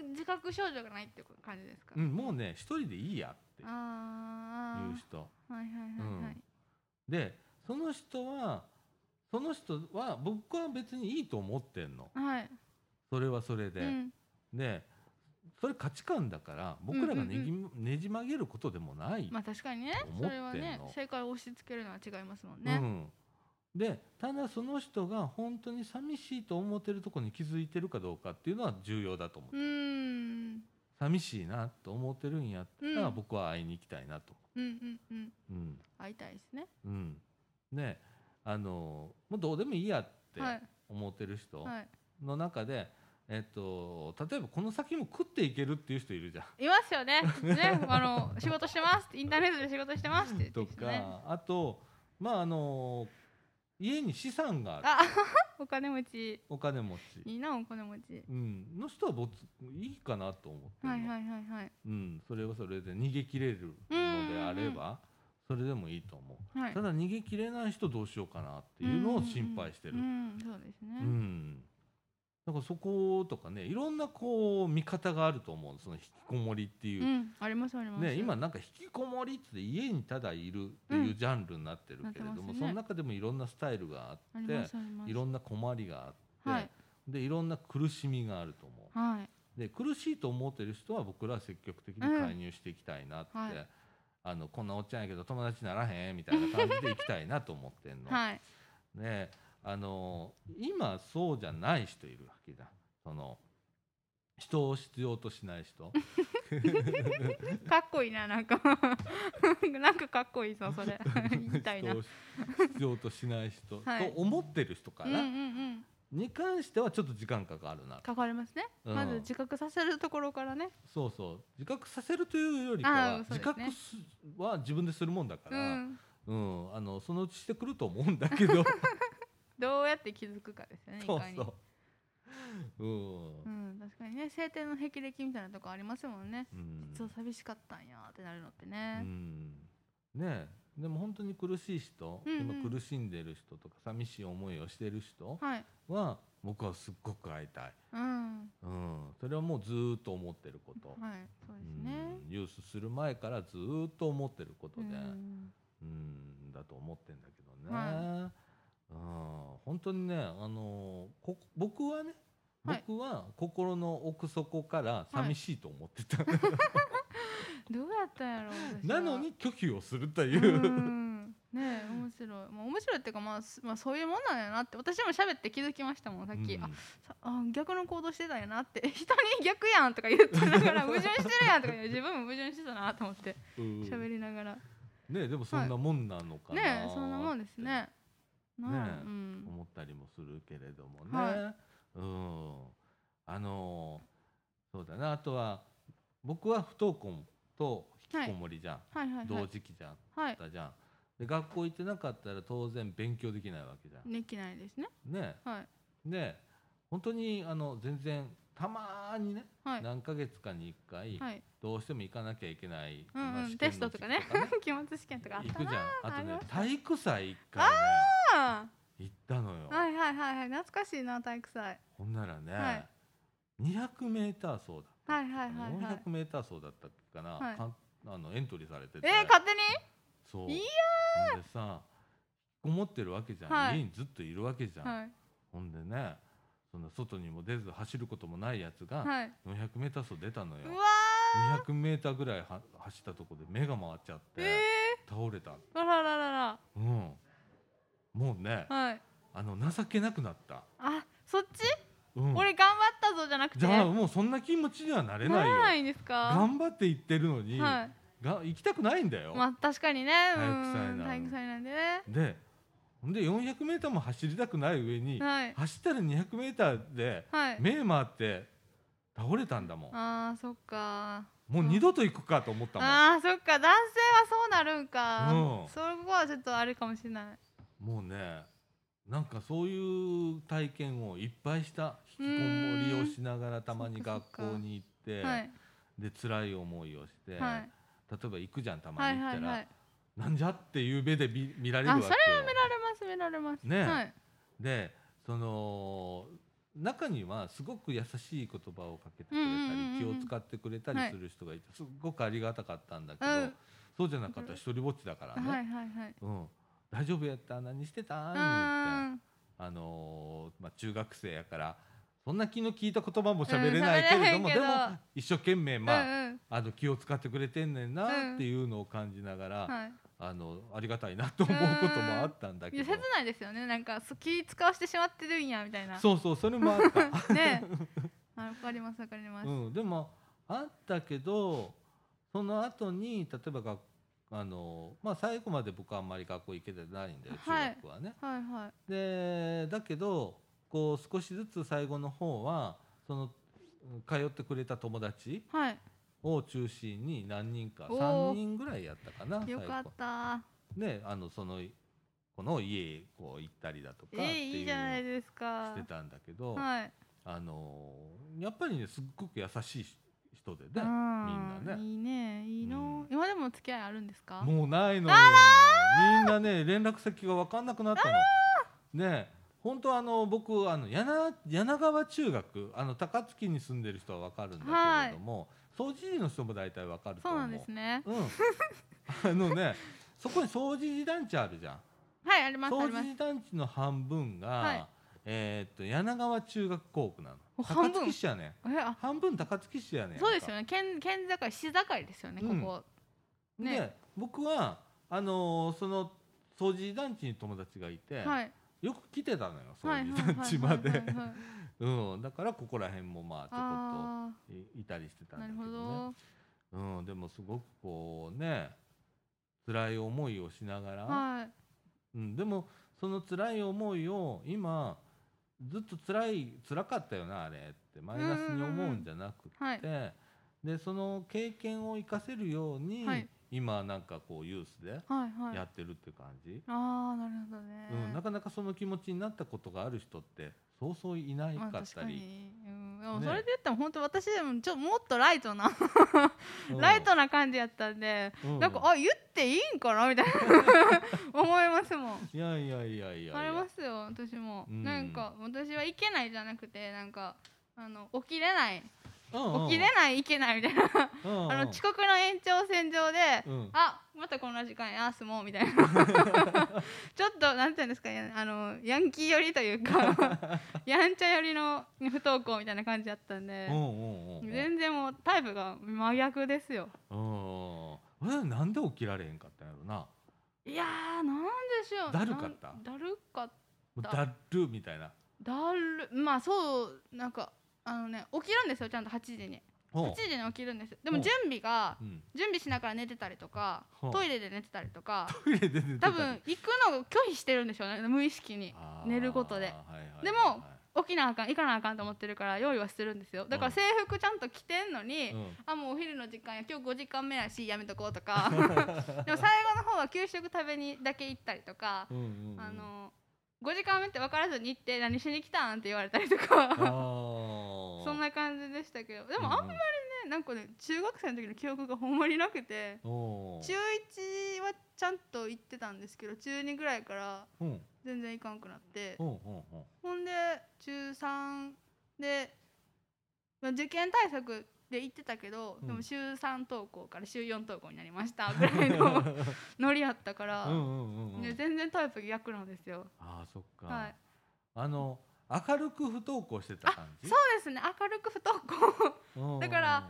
B: れを自覚症状がないって感じですか、
A: うん、もうね一人でいいやっていう
B: ああ
A: 人
B: はいはいはいはい、
A: でその人はその人は僕は別にいいと思ってんの
B: はい、
A: それはそれで、
B: うん、
A: でそれ価値観だから僕らがねぎ、
B: う
A: ねじ曲げることでもない、
B: まあ確かにね
A: 思ってん
B: そ
A: の
B: れはね正解を押し付けるのは違いますもん
A: う
B: ね、
A: ん、でただその人が本当に寂しいと思ってるとこに気づいてるかどうかっていうのは重要だと思う
B: うーん
A: 寂しいなと思ってるんやったら
B: うん
A: 僕は会いに行きたいなと。
B: うんうんうん
A: うん
B: 会いたいですね
A: うん、ねあのもうどうでもいいやって
B: はい
A: 思ってる人
B: はい
A: の中で、えっと、例えばこの先も食っていけるっていう人いるじゃん。
B: いますよねねあの仕事してますインターネットで仕事してますって言
A: と
B: ってる人
A: か、
B: ね
A: あとまああの家に資産がある
B: あお金持ち
A: お金持ち、
B: いいなお金持ち
A: うん、の人はぼついいかなと思ってんの
B: はいはいはいはい
A: うん、それはそれで逃げ切れるのであればそれでもいいと思う。
B: はい
A: ただ逃げ切れない人どうしようかなっていうのを心配してる
B: うんうんうんそうですね、
A: うん、だからそことかねいろんなこう見方があると思うその引きこもりっていう
B: う、ん、ありますあります。
A: ね、今なんか引きこもりって家にただいるっていうジャンルになってるけれど
B: なって
A: も、
B: ますね
A: その中でもいろんなスタイルがあ
B: あ
A: っ
B: り
A: て
B: ますあります。
A: いろんな困りがあって、
B: はい
A: でいろんな苦しみがあると思う。
B: はい
A: で苦しいと思ってる人は僕らは積極的に介入していきたいなって、
B: うんはい
A: あのこんなおっちゃんやけど友達ならへんみたいな感じでいきたいなと思って んの。
B: はい
A: ねあの今そうじゃない人いるわけだその人を必要としない 人
B: かっこいいななんか なんかかっこいいぞ それ言いたいな。
A: 人
B: うん
A: を必要としない人、
B: はい
A: と思ってる人か
B: うんう
A: ら、
B: ん。
A: に関してはちょっと時間かかるな
B: かかりますね。
A: うん
B: まず自覚させるところからね。
A: そうそう自覚させるというよりかは、
B: あーそう
A: 自
B: です
A: 覚
B: ね
A: すは自分でするもんだか
B: う
A: ら、
B: ん。
A: うんあのそのうちしてくると思うんだけ ど
B: どうやって気づくかですよね。い
A: そう
B: かに。
A: そう、うん
B: うん、確かにね晴天の霹靂みたいなとこありますもんね。
A: うん
B: そう寂しかったんやってなるのって
A: う
B: ね。
A: んねえでも本当に苦しい人、
B: うんうん
A: 今苦しんでる人とか寂しい思いをしてる人
B: はい。
A: は僕はすっごく会いたい、
B: うん。
A: うん、それはもうずーっと思ってること、
B: はい。そう
A: う
B: ですね。
A: ん、ユースする前からずーっと思ってること
B: う
A: で、うん
B: ん。
A: だと思ってんだけどね、
B: は
A: うん、本当にね、あのーこ僕はね
B: はい
A: 僕は心の奥底から寂しいと思ってた、
B: どうやったんやろう。私は
A: なのに拒否をするというう、
B: んねえ面白い、まあ、面白いっていうか、まあ、すまあそういうもんなんやなって私も喋って気づきましたもんさっき、
A: うん
B: あさあ逆の行動してたんやなって 人に逆やんとか言ってながら矛盾してるやんとか言う自分も矛盾してたなと思って
A: うん
B: 喋りながらね
A: ねでもそんなもんなのかな、
B: えそんなもんですねなあ
A: ねえ
B: うん
A: 思ったりもするけれどもね、
B: は
A: うんあのーそうだなあとは僕は不登校と引きこもりじゃん、
B: はいはいは
A: 同
B: い
A: 時期じゃんだ
B: はい
A: ったじゃんで学校行ってなかったら当然勉強できないわけじゃん
B: できないですね
A: ね
B: はい
A: で本当にあの全然たまーにね、
B: はい
A: 何ヶ月かに1回、
B: はい
A: どうしても行かなきゃいけない、
B: うん
A: まあ
B: うん
A: 試験
B: テ
A: の
B: ストとかね
A: 時期と
B: 期末試験とかあっ
A: 行
B: た
A: くじ
B: な
A: ゃんあと
B: あ
A: ね
B: りまし
A: 体育祭一回ね
B: あ
A: 行ったのよ、
B: あはいはいはいはい懐かしいな体育祭
A: ほんならね、
B: はい
A: 200m 走だった
B: はいはいはいはい
A: 400m 走だったっけかな、
B: はい
A: かんあのエントリーされてて
B: えー、勝手に
A: そう
B: いや
A: ほんでさ引きこもってるわけじゃん、
B: はい
A: 家にずっといるわけじゃん、
B: はい
A: ほんでねその外にも出ず走ることもないやつが
B: はい
A: 400m 走出たのよ
B: うわ、
A: 200m ぐらいは走ったとこで目が回っちゃって、
B: ーえ
A: 倒れた
B: ー、あららら
A: うんもうね
B: らはい
A: あの情けなくなった、
B: あそっち、
A: うん、
B: 俺頑張ったぞじゃなくて
A: じゃあもうそんな気持ちにはなれ
B: な
A: ないよ
B: らないんですか
A: 頑張って行ってるのに、
B: は
A: が行きたくないんだよ、
B: いまあ確かにねう
A: 体育祭なの
B: ん体育祭なんでね
A: でほんで 400m も走りたくない上に、
B: はい
A: 走ったら 200m で
B: はい
A: 目回って倒れたんだもん、
B: あーそっか
A: もう二度と行くかと思ったもん
B: あーそっか男性はそうなるんか、
A: うん
B: そこはちょっとあれかもしれない
A: もうねなんかそういう体験をいっぱいした引きこもりをしながらたまに
B: そっ
A: 学
B: かそ
A: 校
B: っか
A: に行って、
B: はい
A: で辛い思いをして、
B: はい
A: 例えば行くじゃんたま
B: はい
A: に行っ
B: はい
A: たら、
B: はい
A: なんじゃっていう目で見見られるわ
B: あ
A: け
B: そ
A: よ
B: れは見られます見られます
A: ね
B: はい
A: でその中にはすごく優しい言葉をかけてくれたり、
B: うんうんうんうん
A: 気を使ってくれたりする人がいて、すごくありがたかったんだけど、
B: うん
A: そうじゃなかったら一人ぼっちだからね「
B: はいはいはい
A: うん、大丈夫やった何してた?」みたいな。
B: あ
A: あのーまあ、中学生やからそんな気の利いた言葉も喋れないけれども、
B: うん喋れへんけ
A: で
B: ど
A: も一生懸命、
B: ー
A: まあ
B: うんうん
A: あの気を使ってくれてんねん
B: う
A: なんっていうのを感じながら、
B: はい
A: あのありがたいなと思うこともあったんだ
B: い
A: け
B: や
A: ど
B: 切ないですよねなんかそう気使わしてしまってるんやみたいな
A: そうそうそれもあった、
B: ねあわかりますわかります、
A: うん、でもあったけどその後に例えばがあのまあ、最後まで僕はあんまり学校行けてないんだよ中
B: はい
A: 学はね。
B: はいはい
A: でだけどこう少しずつ最後の方はその通ってくれた友達
B: はい
A: を中心に何人か
B: おー
A: 3人ぐらいやったかな
B: よかった
A: 最後ねあのその子の家へこう行ったりだとか
B: え
A: って
B: ー、い
A: い
B: いうじゃない
A: の
B: ですか
A: をしてたんだけど、
B: はい
A: あのーやっぱりねすっごく優しい人でねみん
B: あー
A: なね
B: いいねいいの、
A: うん
B: 今でも付き合いあるんですか
A: もうないのよみんなね連絡先が分かんなくなったの。ね本当あの僕あの柳柳川中学あの高槻に住んでる人は分かるんだけれども、掃除時の人も大体分かると
B: そう
A: 思う。
B: なんですね
A: うん、あ のねそこに掃除時団地あるじゃん
B: はいありますあ
A: 掃
B: りま
A: 除
B: す
A: 時団地の半分が、
B: はい
A: えーっと柳川中学校区な
B: お
A: の
B: 半
A: 高
B: 分
A: 槻市やねん
B: えあ
A: 半分高槻市やねん
B: そうですよ
A: ね
B: ね県県境市境ですよねここ、ね
A: で僕はあのーその掃除時団地に友達がいて、
B: はい
A: よく来てたのよ
B: はい
A: 掃除
B: はいはい
A: 団地ま
B: はい
A: で
B: はいはい
A: うんだからここら辺もまあ
B: あ
A: ちょこっといいたりしてた
B: あ
A: んだ
B: な
A: け
B: る
A: ど
B: ほ
A: ね
B: ど
A: うん、でもすごくこうね辛い思いをしながら、
B: はい
A: うん、でもその辛い思いを今ずっと辛い辛かったよなあれってマイナスに思うんじゃなく
B: はい
A: て、でその経験を生かせるように、
B: はい
A: 今なんかこうユースで
B: はいはい
A: やってるって感じ、
B: ああなるほどね、
A: うん、なかなかその気持ちになったことがある人ってそうそういない
B: まあ
A: かっ
B: 確
A: た
B: か
A: り、
B: に、うん、でも
A: ね
B: それで言ったら本当私でもちょもっとライトな、
A: うん
B: ライトな感じやったんで、
A: うん
B: なんかあ言っていいんかなみ たいな思いますもん
A: いやいやいやいやいや
B: ありますよ私も、
A: うん
B: なんか私はいけないじゃなくてなんかあの起きれない
A: うんうん
B: 起きれないいけないみたいな
A: うんうん
B: あの遅刻の延長線上で、
A: うん
B: あまたこんな時間やあすもうみたい なちょっとなんていうんですかねあのヤンキー寄りとい うかやんちゃ寄りの不登校みたいな感じだったんで
A: う、んうんうんうん
B: 全然もうタイプが真逆ですよ
A: うんうん、えなんで起きられへんかったんやろなも
B: いやーなんでしょう
A: だるかった
B: なんだるか
A: う
B: だ
A: だるみたいな
B: だるまあそうなんかあのね起きるんですよちゃんと8時に
A: ほ
B: 8
A: う
B: 時に起きるんですでも
A: ほう
B: 準備が
A: うん
B: 準備しながら寝てたりとか
A: ほう
B: トイレで寝てたりとか
A: トイレで寝てたり
B: 多分行くのを拒否してるんでしょうね無意識に
A: あー
B: 寝ることで
A: はいはいはいはい
B: でも起きなあかん行かなあかんと思ってるから用意はしてるんですよだから
A: うん
B: 制服ちゃんと着てんのに、
A: うん
B: あもうお昼の時間や今日5時間目やしやめとこう とかでも最後の方は給食食べにだけ行ったりとか、
A: うんうんうん
B: あの5時間目って分からずに行って何しに来たんって言われたり とか
A: あー
B: そんな感じでしたけどでもあんまりね
A: り
B: なんかね中学生の時の記憶がほんまになくて中1はちゃんと行ってたんですけど中2ぐらいから
A: うんうん
B: 全然行かんくなって
A: うんうんうん
B: ほんで中3で、まあ、受験対策で行ってたけど、
A: うん
B: でも週3登校から週4登校になりましたぐらい のノリやったから、
A: うんうんうんう
B: ね、
A: ん
B: 全然タイプ逆なんですよ。
A: あーそっか、
B: はい
A: あの明るく不登校してた感じ
B: そうですね明るく不登校
A: うん
B: だから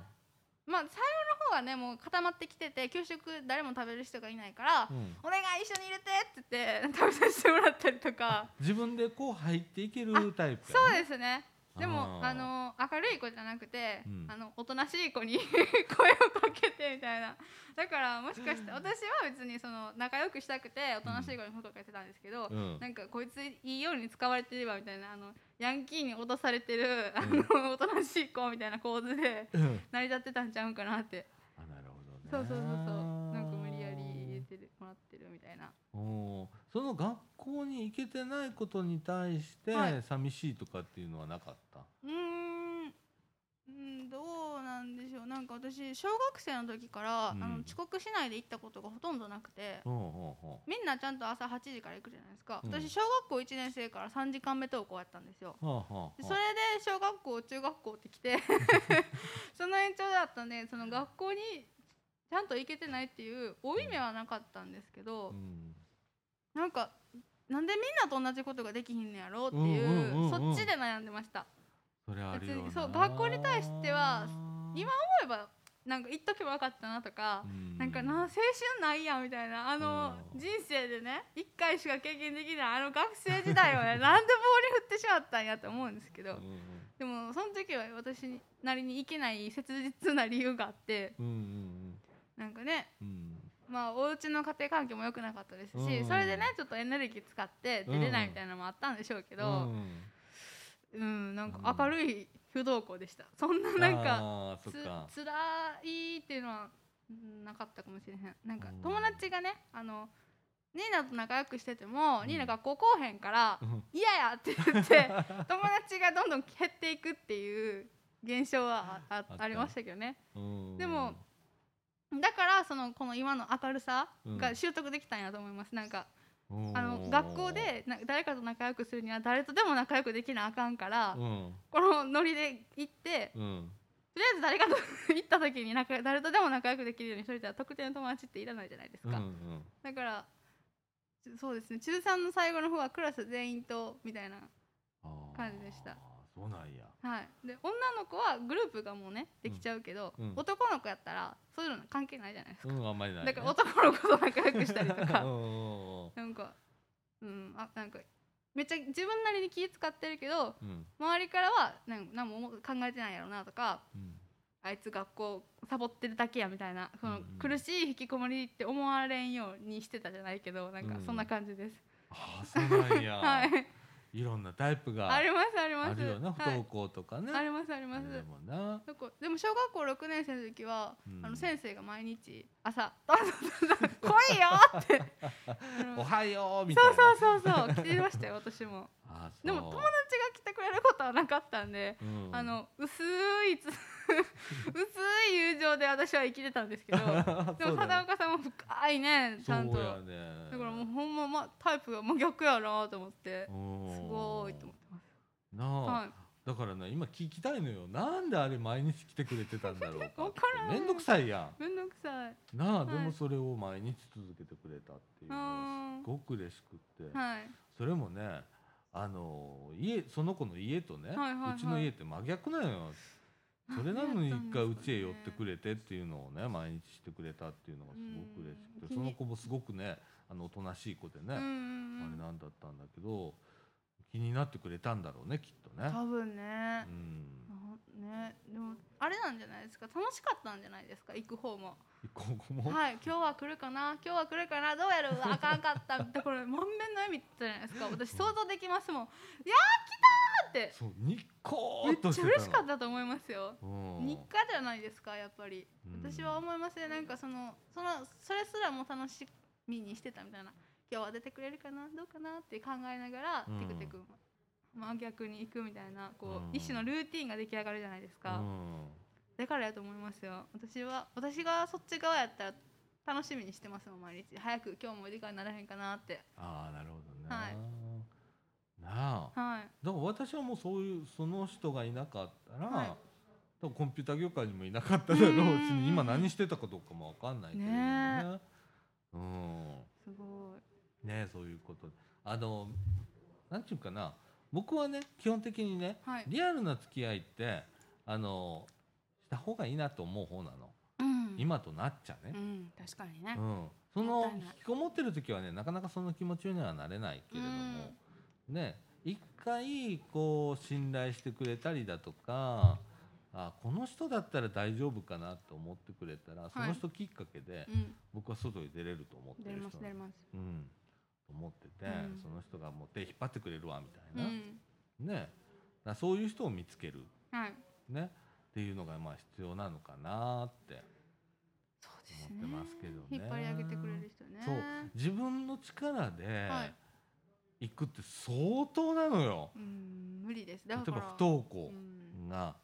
B: まあ最後の方はねもう固まってきてて給食誰も食べる人がいないから「
A: うん
B: お願い一緒に入れて」って 言って食べさせてもらったりとか。
A: 自分でこう入っていけるタイプ
B: そう
A: す
B: ですね。でも
A: あー
B: あの明るい子じゃなくて、
A: うん
B: あのおとなしい子に 声をかけてみたいなだからもしかして私は別にその仲良くしたくておとなしい子に声かけてたんですけど、
A: うん
B: なんかこいついいように使われてればみたいなあのヤンキーに脅されてる、あのおとなの執行みたいな構図で
A: うん
B: 成り立ってたんちゃうんかなって
A: あなるほどね
B: そうそうそうそうなんか無理やり入れてるもらってるみたいな
A: おーその学校に行けてないことに対して
B: はい
A: 寂しいとかっていうのはなかった、
B: うーんうんどうなんでしょうなんか私小学生の時から、
A: うん
B: あの遅刻しないで行ったことがほとんどなくて
A: ほうほうほ
B: みんなちゃんと朝8時から行くじゃないですか、
A: うん
B: 私小学校1年生から3時間目登校やったんですよ
A: うほうほう
B: でそれで小学校中学校って 来てその延長だったんでその学校にちゃんと行けてないっていう負い目はなかったんですけど、
A: うん
B: なんかなんでみんなと同じことができひんねやろうっていう,、
A: うんうんうんうん
B: そっちで悩んでました
A: それあるよな
B: 別にそう学校に対しては今思えばなんか言っとけばよかったなとか、なんかな青春ないやんみたいなあの
A: うん
B: 人生でね一回しか経験できないあの学生時代を ねなんで棒に振ってしまったんやと思うんですけど、でもその時は私なりにいけない切実な理由があって
A: うんうんうん
B: なんかね
A: うんうん
B: まあお家の家庭環境も良くなかったですし、
A: うん
B: それでねちょっとエネルギー使って出れないみたいなのもあったんでしょうけ
A: う
B: ど
A: ん
B: うん、なんか明るい不登校でした そんななんか
A: あーそ
B: つ
A: っか
B: 辛いっていうのはうんなかったかもしれへんなんか
A: うん
B: 友達がねあのニーナと仲良くしてても、
A: うん
B: ニーナ学校来おへ んから
A: うん
B: 嫌やって言って友達がどんどん減っていくっていう現象はあ
A: あっ
B: あ
A: た
B: ありましたけどね
A: うん
B: でもだからそのこの今の明るさ
A: う
B: が
A: ん
B: 習得できたんやと思います、なんか
A: うん
B: あの学校でな誰かと仲良くするには誰とでも仲良くできなあかんから、
A: うん
B: このノリで行って
A: うん
B: とりあえず誰かと 行った時に仲誰とでも仲良くできるようにしといたら特定の友達っていらないじゃないです
A: うんう
B: か、
A: ん
B: だからちそうですね中3の最後の方はクラス全員とみたいな
A: あー
B: 感じでした
A: そうなんや
B: はい、で女の子はグループがもうねできちゃうけど、
A: うんうん
B: 男の子やったらそういうの関係ないじゃないです
A: う
B: か、
A: んあんまりない
B: だ
A: ね
B: から男の子と仲良くしたりと
A: う
B: か
A: んうんうん
B: なんかうんあなんかめっちゃ自分なりに気使ってるけど
A: うん
B: 周りからはなん何も考えてないやろうなとか
A: うん
B: あいつ学校サボってるだけやみたいなその
A: うんうん
B: 苦しい引きこもりって思われんようにしてたじゃないけどなんか
A: うん
B: そんな感じです、
A: あーそうなんや
B: はい
A: いろんなタイプが
B: ありますあります
A: あるよな不
B: はい
A: 登校とかね、
B: ありますあります
A: あれもな、
B: なんかでも小学校6年生の時は、
A: うん
B: あの先生が毎日 朝 「来いよ!」ってあの
A: おはようみたい
B: そ
A: な
B: うそうそうそう来て ましたよ私も
A: あそう
B: でも友達が来てくれることはなかったんで、
A: うん
B: あの薄いつ 薄い友情で私は生きてたんですけど で
A: そ
B: も
A: うだ
B: 片
A: ね
B: 岡さんも深いねちゃんと
A: そう
B: だ
A: やね
B: からもうほんま、まあ、タイプが真逆やなと思ってすごいと思ってます
A: なあ、
B: はい
A: だからな今聞きたいのよなんであれ毎日来てくれてたんだろうかって
B: わからん
A: めんどくさいや
B: めんどくさい
A: んなあ、
B: はい
A: でもそれを毎日続けてくれたっていうのは
B: うん
A: すごく嬉しくって、
B: はい
A: それもねあの家その子の家とね、
B: はいはいはいう
A: ちの家って真逆なのよそれなのに一回
B: なん
A: う
B: でやったんですかね
A: ちへ寄ってくれてっていうのをね毎日してくれたっていうのがすごく嬉しくて
B: うん
A: その子もすごくねあのおとなしい子でね、
B: うんう
A: あれ
B: んうん
A: なんだったんだけど気になってくれたんだろうねきっとね。
B: 多分ね
A: うん
B: なね、でもあれなんじゃないですか楽しかったんじゃないですか行く方も
A: 今後も、
B: はい今日は来るかな今日は来るかなどうやるうわあかんかったってこれ満面の笑みじゃないですか私想像できますもんいやー来たーって
A: そうニッコ
B: め
A: ー
B: っ
A: っとし
B: ち
A: て
B: ゃ
A: たの
B: 嬉しかったと思いますよ
A: うん
B: 日課じゃないですかやっぱり
A: うん
B: 私は思いますねなんかそのそのそれすらも楽しみにしてたみたいな今日は出てくれるかなどうかなって考えながら、
A: うん
B: テクテク真逆に行くみたいなこう、
A: うん
B: 一種のルーティンが出来上がるじゃないですか、
A: うん
B: だからやと思いますよ私は私がそっち側やったら楽しみにしてますもん毎日早く今日もお時間にならへんかなって
A: ああなるほどね。
B: はい
A: なあ
B: はい
A: だから私はもうそういうその人がいなかったら、
B: はい
A: 多分コンピューター業界にもいなかっただろうし
B: うんうんうん
A: 今何してたかどうかもわかんないけれどもね。うん
B: すごい
A: ねそういうことあのなんていうかな僕はね基本的にね
B: はい
A: リアルな付き合いってあのした方がいいなと思う方なの、
B: うん
A: 今となっちゃね
B: う、ん確かにね
A: うんそ
B: も
A: の
B: ったいない
A: 引きこもってる時はねなかなかその気持ちにはなれないけれども、ね一回こう信頼してくれたりだとかあこの人だったら大丈夫かなと思ってくれたらその人きっかけで、
B: うん
A: 僕は外に出れると思って
B: 出
A: る
B: れ
A: 人な
B: ま
A: の
B: す出れます
A: うん、と思ってて、
B: うん
A: その人がもう手引っ張ってくれるわみた
B: う
A: いな、ね
B: ん
A: だからそういう人を見つける
B: はい
A: ねっていうのがまあ必要なのかなって
B: そうです
A: 思って
B: ね
A: ますけどね
B: 引っ張り上げてくれる人ね
A: そう自分の力で
B: はい
A: 行くって相当なのよ。
B: うん無理です
A: 例
B: だか
A: え
B: ら
A: ば不登校
B: うん
A: が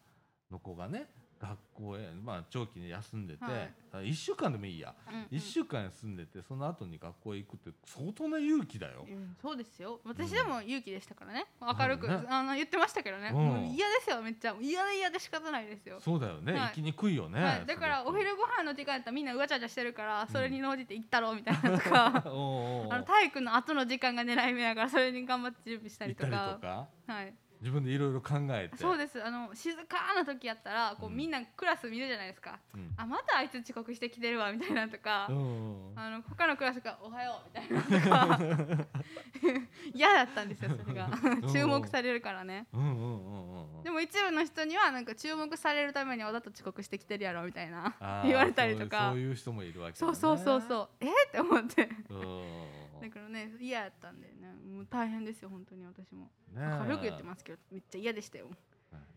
A: の子がね学校へ、まあ、長期に休んでて、
B: はい
A: 1週間でもいいや
B: うんうん
A: 1週間休んでてその後に学校へ行くって相当な勇気だよ。
B: うんそうですよ私でも勇気でしたからね明るく、
A: そうね
B: あの言ってましたけどね、
A: うん
B: もう嫌ですよめっちゃ嫌で嫌で仕方ないですよ、
A: そうだよね、
B: はい
A: 行きにくいよね、
B: はい、だからお昼ご飯の時間やったらみんなうわちゃわちゃしてるからそれに応じて行ったろうみたいなのとか、
A: おうおう
B: あの体育の後の時間が狙い目だからそれに頑張って準備したりとか
A: 行ったりとか
B: はい、
A: 自分でいろいろ考えて
B: そうですあの静かな時やったらこう、
A: うん
B: みんなクラス見るじゃないですか
A: うん
B: あまたあいつ遅刻してきてるわみたいなのとか、
A: うんうん
B: あの他のクラスが「おはよう」みたいなのとか 嫌だったんですよそれが注目されるからね
A: うんうんうんうん
B: でも一部の人にはなんか注目されるために小田と遅刻してきてるやろみたいな
A: あー
B: 言われたりと
A: そう
B: か
A: いうそういう人もいるわけだ
B: そ
A: ね
B: うそうそうそうえーって思って
A: うん
B: だからね嫌やったんでねもう大変ですよ本当に私も
A: ねえ
B: 軽く言ってますけどめっちゃ嫌でしたよ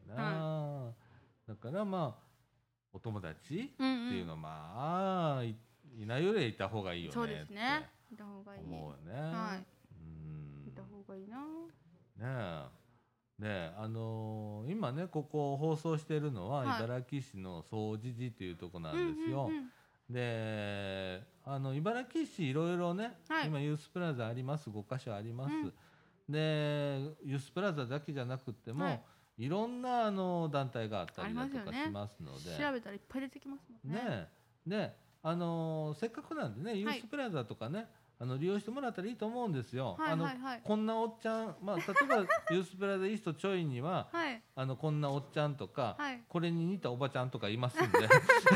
A: なんだだからまあお友達
B: うん
A: っていう
B: うん
A: のはまあいいないよりはいた方がいいよね
B: そうですねいた方
A: っ
B: が
A: て
B: いい
A: 思うよね、
B: はい
A: うん
B: いた方がいいな
A: ねえねえあのー今ねここ放送してるのは
B: はい
A: 茨城市の総持寺というとこな
B: うん
A: ですよ、
B: んうんうん
A: であの茨城市いろいろね、
B: はい
A: 今ユースプラザあります5か所あります、
B: うん
A: でユースプラザだけじゃなくても、
B: はい
A: い、ろんなあの団体があったりだと
B: あり
A: か
B: ますよね
A: しますので
B: 調べたらいっぱい出てきますもんね
A: ねであのーせっかくなんでねユースプラザとかね、あの利用してもらったらいいと思うんですよ。
B: はい
A: あの
B: はいはい
A: こんなおっちゃん、まあ、例えばユースプラザイーストちょいには
B: はい
A: あのこんなおっちゃんとか、
B: はい
A: これに似たおばちゃんとかいますんで、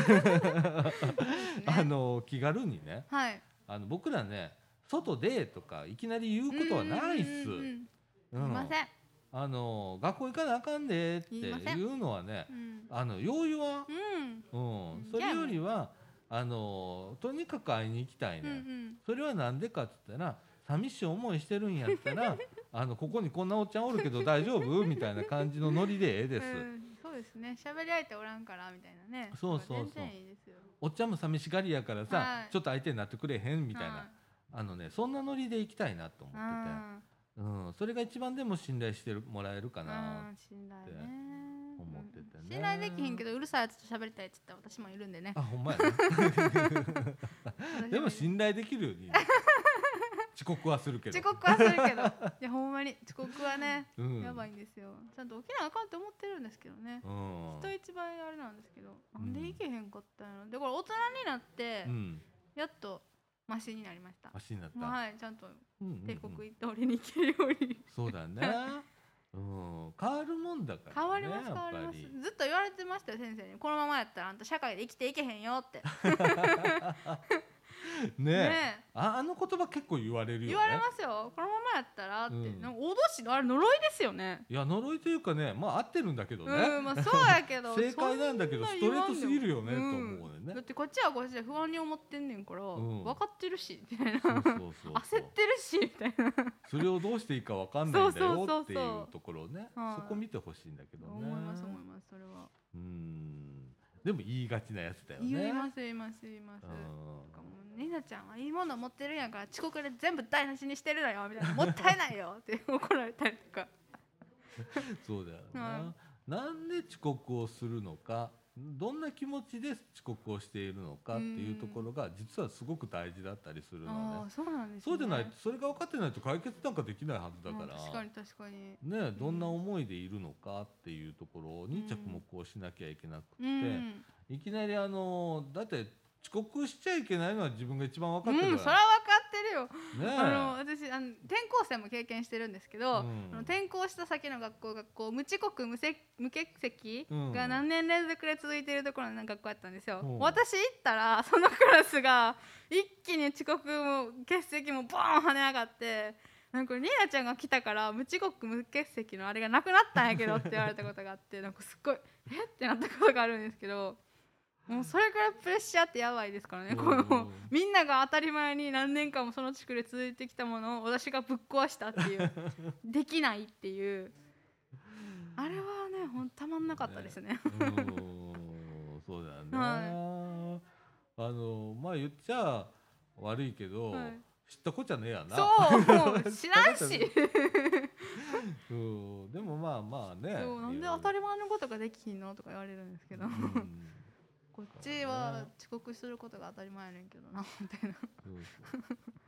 B: ですね
A: あの気軽にね
B: はい
A: あの僕らね外でとかいきなり言うことはないっす。
B: うんうんうん
A: う
B: うんいま
A: ん
B: せん
A: あの学校行かなあかんでって
B: 言いません
A: いうのはね
B: うん
A: あのよう言わん、
B: うん
A: うん
B: う、ん
A: それよりはあのとにかく会いに行きたい
B: うん
A: ね、
B: うん
A: それはなんでかっつったら寂しい思いしてるんやった らあのここにこんなおっちゃんおるけど大丈夫みたいな感じのノリでええです、
B: うん、そうですね喋り相手おらんからみたいなね
A: そうそうそう
B: 全然いいですよ
A: おっちゃんも寂しがりやからさ、
B: はい
A: ちょっと相手になってくれへんみたいな、
B: は
A: あのねそんなノリで行きたいなと思ってて。
B: あ
A: うん、それが一番でも信頼してるもらえるか
B: ー
A: な
B: あー信頼
A: って
B: ね
A: 思っててね
B: 信頼できへんけどうるさいやつと喋りたいっつったら私もいる ん でね
A: あほんまや、ね、
B: 私い
A: で
B: る
A: も信頼できるよ り遅刻はするけど
B: 遅刻はするけどいやほんまに遅刻はね
A: うん
B: やばいんですよちゃんと起きなあかんって思ってるんですけどね
A: うん
B: 人一倍あれなんですけど
A: う
B: なんんでいけへんかったんやろでこれ大人になって
A: うん
B: やっとマシになりました
A: 足になった、
B: はいちゃん
A: う
B: と
A: んうんうん
B: 帝国行って俺に行けるように
A: そうだねうん変わるもんだから、ね、
B: 変わります変
A: や
B: わ
A: っ
B: り
A: ぱ
B: ます
A: り
B: ずっと言われてましたよ先生にこのままやったらあんた社会で生きていけへんよ って
A: ねえ
B: ね
A: ああの言葉結構言われるよね
B: 言われますよこのままやったらって、
A: うん
B: なんか脅しのあれ呪いですよね
A: いや呪いというかねまあ合ってるんだけどね、
B: うんまあそうやけど
A: 正解なんだけど
B: そ
A: ス
B: ん
A: ト
B: 言
A: レー
B: わん
A: ト
B: です
A: ぎるよね、と思うね
B: だってこっちはこっちで不安に思ってんねんから、
A: ん
B: 分かってるしみたいな
A: そうそうそうそ
B: 焦
A: う
B: ってるしみたいな
A: それをどうしていいかわかんないんだ
B: そうそ
A: よ
B: うそうそう
A: っていうところをね
B: はい
A: そこ見てほしいんだけどね
B: 思います思いますそれは、
A: うんでも言いがちなやつだよね
B: 言います言います言います、なんかもうニナちゃんはいいもの持ってるんやから遅刻で全部台無しにしてるのよみたいなもったいな いよって怒られたりとか
A: うんそうだよ
B: は
A: ななんで遅刻をするのかどんな気持ちで遅刻をしているのかっていうところが実はすごく大事だったりするの
B: あ
A: ね
B: あそうなんですね
A: そうじゃないとそれが分かってないと解決なんかできないはずだか
B: うん確からに確かに
A: ね
B: ん
A: どんな思いでいるのかっていうところに着目をしなきゃいけなくて
B: うん
A: いきなりあのだって遅刻しちゃいけないのは自分が一番分か
B: う
A: ってるから
B: ん、それは分かってるよ、
A: ねえ
B: あの私あの転校生も経験してるんですけど、
A: うん
B: あの転校した先の学校がこう無遅刻無せ無欠席
A: うん
B: が何年連続で続いてるところの学校やったんですよ、
A: うん
B: 私行ったらそのクラスが一気に遅刻も欠席もボーン跳ね上がってなんかニーナちゃんが来たから無遅刻無欠席のあれがなくなったんやけどって言われたことがあってなんかすっごいえってなったことがあるんですけどもうそれからいプレッシャーってやばいですから
A: う
B: ね、
A: ん
B: このみんなが当たり前に何年間もその地区で続いてきたものを 私がぶっ壊したっていうできないっていうあれはねれほんたまんなかったですね。
A: うーんそうだね、あのまあ言っちゃ悪いけど、
B: はい
A: 知ったこっちゃねえやな
B: そうもう知ら ん
A: そう
B: し。
A: うんでもまあまあね
B: そうなんで当たり前のことができひんのとか言われるんですけど、
A: うん
B: こっちは遅刻することが当たり前やねんけどな みたいな。
A: そうそ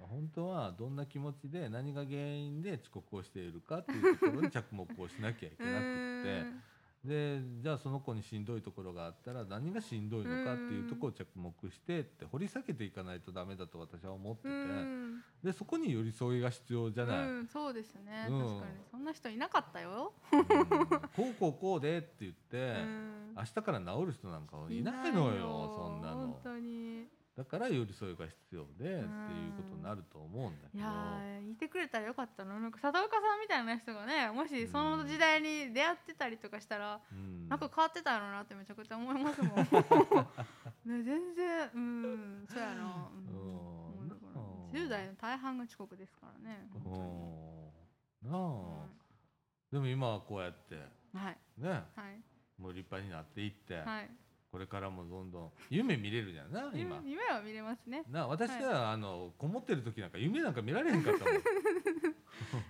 A: う本当はどんな気持ちで何が原因で遅刻をしているかっていうところに着目をしなきゃいけな
B: う
A: く
B: ー
A: って
B: ん
A: でじゃあその子にしんどいところがあったら何がしんどいのかっていうところを着目してって掘り下げていかないとダメだと私は思って
B: う
A: て
B: ん
A: でそこに寄り添いが必要じゃない。
B: う
A: うん
B: ん、そうですね、
A: うん
B: 確かにそんな人いなかったよ、
A: こうこうこうでって言って
B: うん
A: 明日から治る人なんかいないの
B: い
A: よそんな
B: 本
A: の。
B: 当に
A: だから寄り添いが必要でっていうことになると思うんだけ
B: い
A: ど。
B: やーいてくれたらよかったななんか佐藤岡さんみたいな人がねもしその時代に出会ってたりとかしたら、
A: うん
B: なんか変わってたやろなってめちゃくちゃ思います もんね全然うんそうやな、うん
A: うん
B: もうだから
A: うん
B: 10代の大半が遅刻ですからね本
A: う
B: 当
A: んなあ、でも今はこうやって
B: に、はい
A: ね
B: はい
A: もう立派になっていって、
B: はい
A: これからもどんどん夢見れるじゃんな今、
B: 夢夢は見れますね
A: なあ私は、あのこもってる時なんか夢なんか見られへんかったもん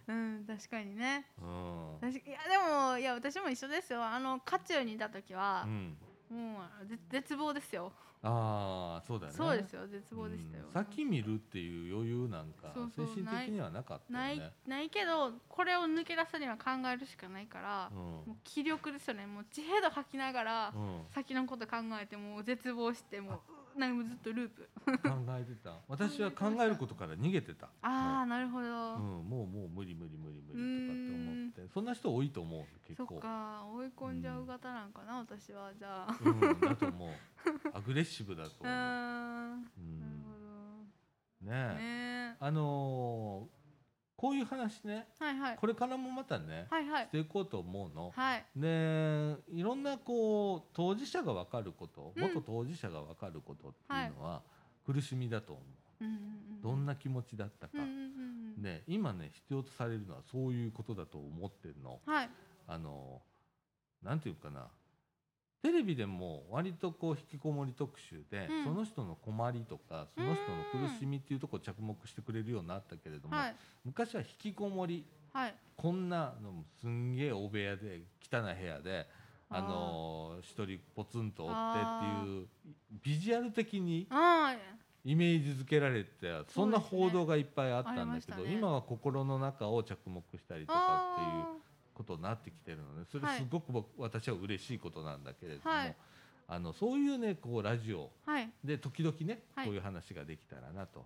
B: うん確かにね
A: うん
B: 確かいやでもいや私も一緒ですよあの渦中にいた時は
A: う、ん、
B: もう絶絶望ですよ
A: ああそうだね
B: そうですよ絶望でしたよ、
A: うん先見るっていう余裕なんか
B: そうそう
A: 精神的にはなかった
B: な
A: よ
B: い
A: ね
B: ないけどこれを抜け出すには考えるしかないから、もう気力ですよねもう地平度吐きながら、
A: うん、うん、
B: 先のこと考えてもう絶望してもうなんかもうずっとループ
A: 考えて た私は考えることから逃げてた
B: ああなるほど、
A: うん、もうもう無理無理無理無理とかって思ってそんな人多いと思う結
B: そ
A: 構
B: っか追い込んじゃう型なんかな、私はじゃあ
A: うん、だと思うアグレッシブだと
B: うー
A: 思う、
B: んな
A: うん
B: る
A: ね
B: ほど
A: え
B: ね
A: あのーこういう話ね
B: はいはい
A: これからもまたね、
B: はいはい
A: していこうと思うの、
B: はい
A: でいろんなこう当事者が分かること、
B: うん
A: 元当事者が分かることっていうのは、苦しみだと思う
B: うんうんうん
A: どんな気持ちだったか、
B: うんうんうんうん
A: ね今ね必要とされるのはそういうことだと思ってるの。
B: はい
A: あのなんていうかなテレビでも割とこう引きこもり特集で、
B: うん
A: その人の困りとかその人の苦しみっていうところ着目してくれるようになったけれども、
B: はい
A: 昔は引きこもり
B: はい
A: こんなのもすんげえ大部屋で汚い部屋で。あの一人ポツンとおってっていうビジュアル的に
B: あ
A: イメージ付けられてそんな報道がいっぱいあった
B: あり
A: んだ
B: まし
A: け
B: た
A: ど、
B: ね
A: 今は心の中を着目したり
B: ー
A: とかっていう
B: あ
A: ことになってきてるのでそれ
B: はい
A: すごく僕、私は嬉しいことなんだけれども、
B: はい
A: あのそういうねこうラジオ
B: ーはい
A: で時々ね、
B: はい
A: こういう話ができたらなと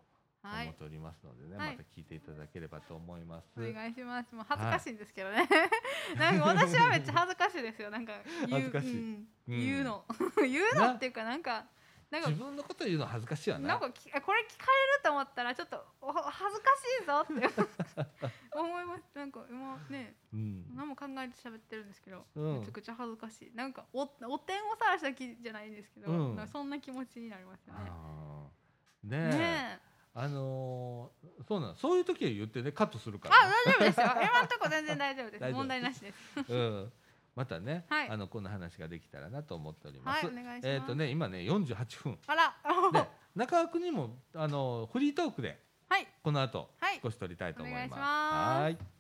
B: は
A: 思っ
B: い
A: ておりますのでね、
B: はい
A: また聞いていただければと思います。
B: お願いしますもう恥ずかしいんですけどね、 なんか私はめっちゃ恥ずかしいですよなんか言う
A: 恥ずかしい
B: うん
A: うん
B: 言うの 言うのっていうかなんかなんか
A: 自分のこと言うの恥ずかしいわ
B: なん
A: な。
B: かきこれ聞かれると思ったらちょっとお恥ずかしいぞ って思いますなんか今ね
A: うん、
B: 何も考えて喋ってるんですけど、
A: うん
B: めちゃくちゃ恥ずかしいなんかおお点をさらした気じゃないんですけど、
A: うん
B: なんかそんな気持ちになりますよね
A: あーねえ、
B: ねえ
A: あのーそうなのそういう時は言ってねカットするから
B: あ、大丈夫ですよ。今のとこ全然大丈夫
A: 大
B: です。
A: 丈夫
B: 問題なしです。
A: うん、またね、
B: はい
A: あのこんな話ができたらなと思っておりま
B: はい、
A: す。
B: お願いします。
A: えっ、とね今ね48分
B: あら、
A: で中川君にもあのフリートークで
B: はい、
A: この後
B: はい、
A: 少し取りたいと思います。
B: お願いします
A: はーい。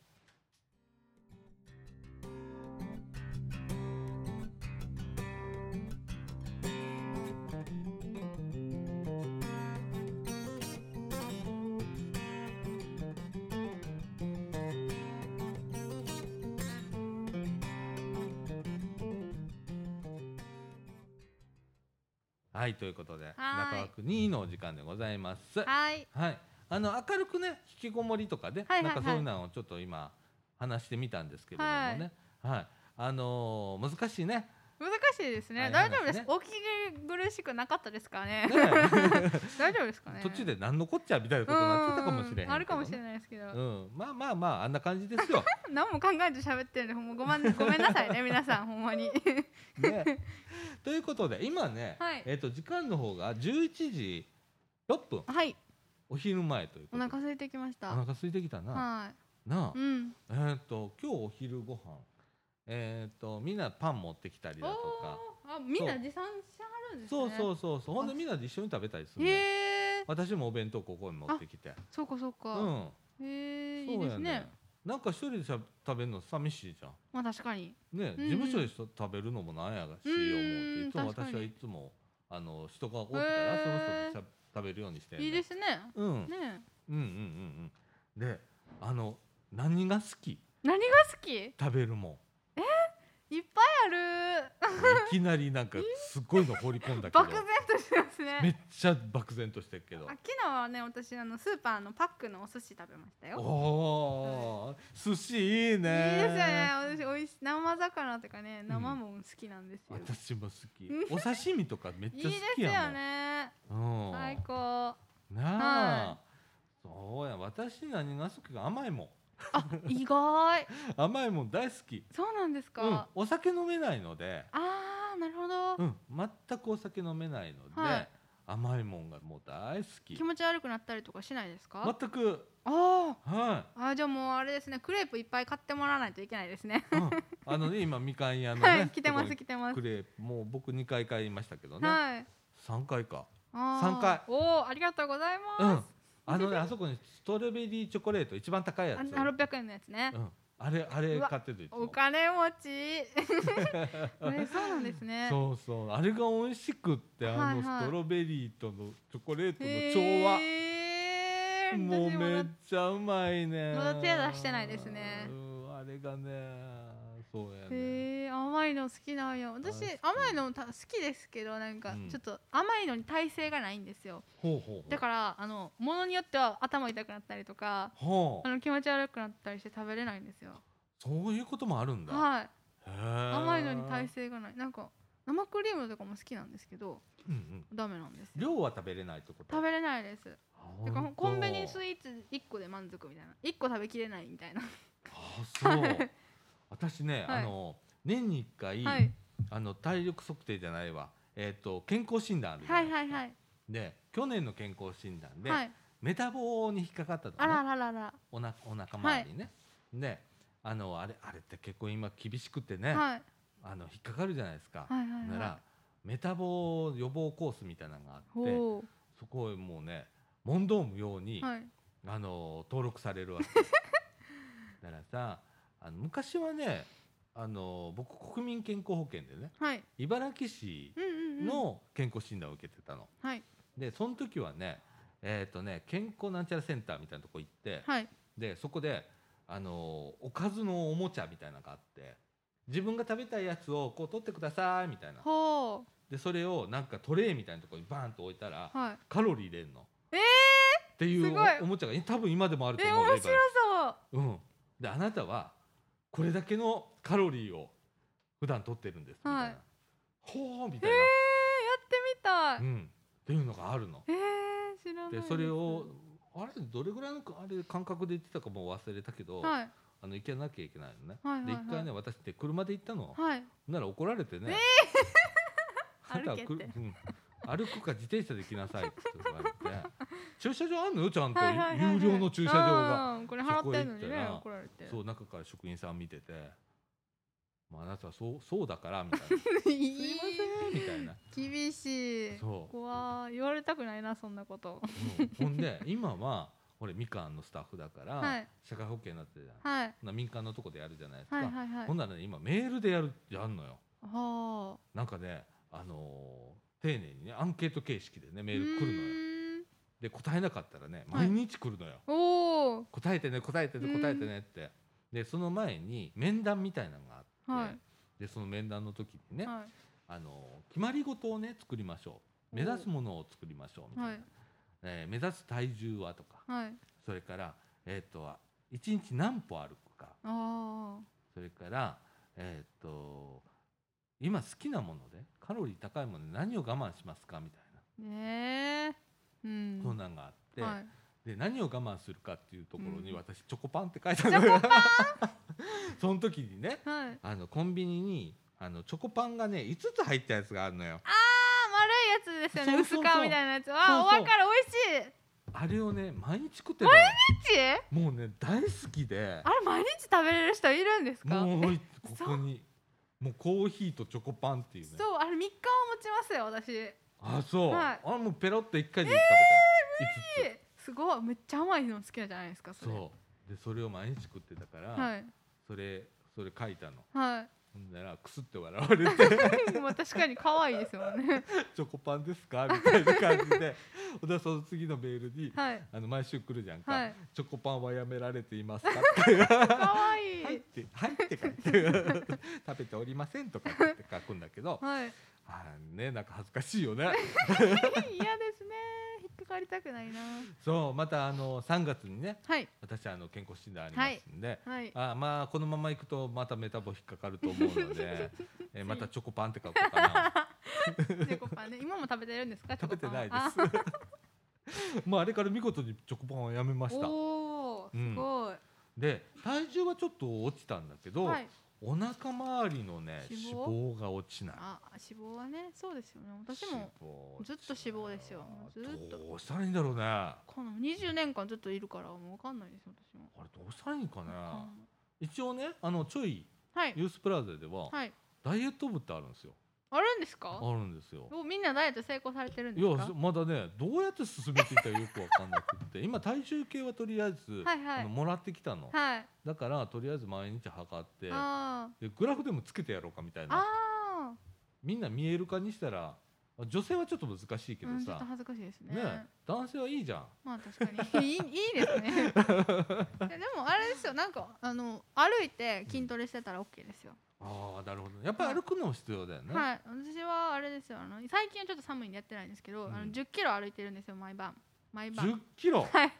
A: はいということで
B: ーい
A: 中枠2のお時間でございます。
B: はい、
A: はい、あの明るくね引きこもりとかで、
B: はいはいはい
A: なんかそういうのをちょっと今話してみたんですけれどもね、はいあのー難しい ね
B: 難しいですね。
A: はい
B: 大丈夫で
A: 話
B: す
A: ね。
B: お聞き苦しくなかったですかね
A: ね。
B: 大丈夫ですか ね。
A: 途中で何のこっちゃみたいなことになってたかもしれへんけどね、
B: うんあるかもしれないですけど、
A: うん、まあまあまああんな感じです よ。
B: 何も考えて喋ってるんで、ほんまごめん、ごめんなさいね、皆さん、ほん まに。
A: ね、ということで今ね、
B: はい
A: えっと時間の方が11時6分
B: はい、
A: お昼前ということ
B: お
A: で
B: 腹空いてきまし
A: お
B: た。
A: 腹空いてきたな、
B: は、
A: ない
B: うん、
A: あえっと今日お昼ご飯えっ、とみんなパン持ってきたりだとか
B: おーあみんな持参しはるんです
A: そ
B: ね
A: うそううそうそうほんでみんなで一緒に食べたりするね、
B: へえ
A: 私もお弁当ここに持ってきて
B: そうかそう
A: う
B: か、
A: ん
B: へえいい
A: そう
B: で
A: や
B: すね
A: なんか一人でしゃ食べるの寂しいじゃん
B: まあ確かに
A: ね、
B: うんうん
A: 事務所でしょ食べるのもなんやし
B: うんう
A: 思うて
B: ん
A: いつも
B: 確か
A: 私
B: に
A: はいつもあの人がおったら
B: へー
A: その人としゃ食べるようにしてんねん
B: いいですね
A: うん、うん
B: ね
A: うんうんうんであの何が好き
B: 何が好きいっ
A: 食べる もん
B: ぱいある
A: いきなりなんかすごいの放り込んだけど
B: 漠然としてます
A: め
B: ね
A: っちゃ漠然としてるけど
B: あ昨日はね私あのスーパーのパックのお寿司食べましたよ
A: おー寿司いいね
B: いいですよね私おいし生魚とかね生もん好きなんですよ、
A: 私も好きお刺身とかめっ
B: いい
A: ちゃ
B: で
A: 好
B: す
A: きやもん
B: よね
A: うん、
B: 最 高
A: なあ、
B: はい
A: そうや私何が好きか甘いもん
B: あ意外
A: 甘いもん大好き、
B: そうなんです
A: う
B: か、
A: ん
B: あ、
A: お酒飲めないので、
B: あーなるほど、
A: うん、全くお酒飲めないので、
B: はい
A: 甘いもんがもう大好き
B: 気持ち悪くなったりとかしないですか、
A: 全く
B: あ
A: は
B: ーあーじゃあもうあれですねクレープいっぱい買ってもらわないといけないですね
A: い、うん、あのね今みかん屋のね、
B: はい来てま
A: とこ
B: す
A: に
B: 来てます
A: クレープもう僕2回買いましたけどね、
B: はい
A: 三3回か
B: あー
A: 三回
B: おおありがとうござい
A: うん
B: ます、
A: あのねあそこにストロベリーチョコレート一番高いや
B: あ
A: つ
B: の600円のやつね、
A: うん、あれあれ
B: うわ
A: 買ってるいつも
B: お金持 ちねそうなんですね
A: そうそうあれが美味しくってあの
B: はいはい
A: ストロベリーとのチョコレートの調和、
B: へー
A: もう
B: 私
A: めっ
B: まだ
A: ちゃうまいね
B: まだ手出してないですね
A: うんあれがねそうやね
B: へー甘いの好きなんや
A: 大好
B: 私
A: き
B: 甘いのた好きですけどなんか
A: うん
B: ちょっと甘いのに耐性がないんですよ、
A: ほうほうほう
B: だからあのものによっては頭痛くなったりとか
A: ほ
B: あ
A: う
B: の気持ち悪くなったりして食べれないんですよ
A: そういうこともあるんだ
B: はい
A: 甘
B: 甘いのに耐、性がないなんか生クリームとかも好きなんですけど
A: うんうん、
B: ダメなんですよ
A: 量は食べれないってこと
B: 食べれないですだからコンビニス
A: イ
B: イーツ1個で満足みたいな1個食べきれないみたいな
A: あそ う私ね、
B: はい
A: あの年に一回、
B: はい
A: あの体力測定じゃないわえっ、と健康診断あるじゃな
B: はいいはいはい
A: で去年の健康診断で、
B: はい
A: メタボに引っかかった
B: あ
A: の
B: ら
A: ね
B: ららら
A: おなお腹周りね、であのあれあれって結構今厳しくてね、
B: はい
A: あの引っかかるじゃないですか、
B: はいはい
A: な
B: は
A: らメタボ予防コースみたいなのがあ
B: い
A: って
B: ほ
A: そこへもうね問答無用に、
B: うはい
A: あの登録される わけだからさあの昔はねあの僕国民健康保険でね
B: はい
A: 茨城市
B: うんうんうん
A: の健康診断を受けてたの。
B: はい
A: でその時はねえっ、とね健康なんちゃらセンターみたいなとこ行って、
B: はい
A: でそこであのーおかずのおもちゃみたいなのがあって自分が食べたいやつをこう取ってくださいみたいな
B: ほ
A: でそれをなんかトレイみたいなところにバーンと置いたら
B: うはい
A: カロリー入れんの。
B: えー
A: っていう
B: すごい
A: おおもちゃがえ多分今でもあると
B: え
A: 思う
B: 面白
A: 今
B: そう
A: うん、であなたはこれだけのカロリーを普段取ってるんですみたいな、
B: はい
A: ほーみ
B: え
A: た
B: ー
A: い
B: や
A: な、
B: ってみたい
A: うん、っていうのがあるの。
B: えー知らない
A: で
B: です
A: それをあれどれぐらいのかあれ感覚で言ってたかもう忘れたけど、
B: はい
A: あの行けなきゃいけないのね。
B: はいはい
A: で
B: はい
A: 一回ね私って車で行ったの、
B: はい
A: なら怒られてね、あ なたはく
B: 歩けって
A: うん歩くか自転車で行きなさいって言われ て駐車場あんのよちゃんと、
B: はいはいはいはい
A: 有料の駐車場が、
B: うんこれ払ってんのに
A: そこへ行
B: ね
A: ったら
B: 怒られて
A: そう中から職員さん見てて、まあ、あなたはそうそうだからみ たいなす
B: すい
A: いませんみたいな、
B: 厳しい
A: そう
B: 怖い言われたくないなそんなこと
A: うんほんで今は俺みかんのスタッフだから、
B: はい
A: 社会保険になってるじゃない
B: はい
A: な民間のとこでやるじゃないですか、
B: はいはいはい
A: ほんならね今メールでやるやんのよ
B: は
A: なんかね、あのー丁寧にねアンケート形式でね
B: あ
A: メール来るのよ
B: よ
A: で答えなかったらね
B: はい
A: 毎日来るのよ、
B: おお
A: 答えてね答えてね
B: うん
A: 答えてねってでその前に面談みたいなのがあって、
B: はい
A: でその面談の時にね、
B: は
A: あのー決まり事をね作りましょう目指すものを作りましょうみ
B: い
A: たいな、
B: はい
A: えー目指す体重はとか
B: はい
A: それからえっ、と1日何歩歩くか
B: あ
A: それから、えーっと今好きなものでカロリー高いもので何を我慢しますかみたい
B: あねえうん
A: な、そんなんがあって、
B: はい
A: で何を我慢するかっていうところに
B: うん
A: 私、チョコパンって書いたのよ その時にね
B: はい
A: あのコンビニにあのチョコパンがね5つ入ったやつがあるのよ
B: あ丸いやつですよね
A: そうそうそう
B: 薄皮みたいなやつわ
A: そう
B: あ
A: そう
B: おわかる美味しい
A: あれをね毎日食ってたの
B: 日あれ
A: もうね大好きで
B: 毎日食べれる人いるんですか
A: も
B: え
A: うここにもうコーヒーとチョコパンっていうね
B: そうあれ3日は持ちますよ私
A: あそう、
B: はい
A: あもうペロッと一回で食べた、え
B: すごいめっちゃ甘いの好きなんじゃないですかそれ
A: そうでそれを毎日食ってたから、
B: はい
A: それそれ書いたの
B: は
A: ほんならくすって笑われ て
B: いまあ確かに可愛いですもんね
A: チョコパンですかみたいな感じでほんでその次のメールに、
B: はい
A: あの毎週来るじゃんか、
B: はい
A: チョコパンはやめられていますかって
B: 可 愛い
A: 入って入って書いて食べておりませんとかって書くんだけど
B: はい
A: あーねなんか恥ずかしいよね
B: 嫌ですね引っかかりたくないな
A: そうまたあの3月にね
B: はい
A: 私あの健康診断ありますんで、
B: はい
A: あーまあこのまま行くとまたメタボ引っかかると思うの でえーまたチョコパンって書こうかな
B: チョコパンね今も食べてるんですか
A: 食べてないで
B: チョコパンは
A: す もうあれから見事にチョコパンをやめま
B: あ
A: した
B: おお
A: うん
B: すごい、
A: で体重はちょっと落ちたんだけど、
B: はい
A: お腹周りのね
B: 脂
A: 脂
B: 肪
A: 肪が落ちない
B: あ脂肪はねそうですよね私も
A: も
B: ずっと脂肪ですよもうずっと
A: どうしたらいいんだろうねあ
B: この20年間ずっといるからもうわかんないです私も
A: れどうしたらいいかね
B: わかんない
A: 一応ねあのちょい
B: はい
A: ユースプラザでは、
B: はい
A: ダイエット部ってあるんですよ
B: あるんです
A: あ
B: か
A: るんですよ
B: おみんなダイエット成功されてるん
A: い
B: ですか
A: やまだねどうやって進めていったらよくわかんなくって今体重計はとりあえず、
B: はいは
A: あの
B: い
A: もらってきたの、
B: はい
A: だからとりあえず毎日測って
B: あ
A: でグラフでもつけてやろうかみたい
B: ー
A: な
B: あ
A: みんな見える化にしたら女性はちょっと難しいけ
B: ー
A: ど
B: うんちょっと
A: さ、
B: 恥ずかしいですね
A: ね男性はいいじゃん
B: まあ確かに いいいいですねい やでもあれですよなんかあの歩いて筋トレしてたら OK ですよ、
A: ああなるほどねやっぱり歩くのも必要だよね、
B: はい私はあれですよあの最近はちょっと寒いんでやってないんですけど、
A: うん
B: あの10キロ歩いてるんですよ毎晩毎
A: 1 0
B: 晩
A: キロ、
B: はい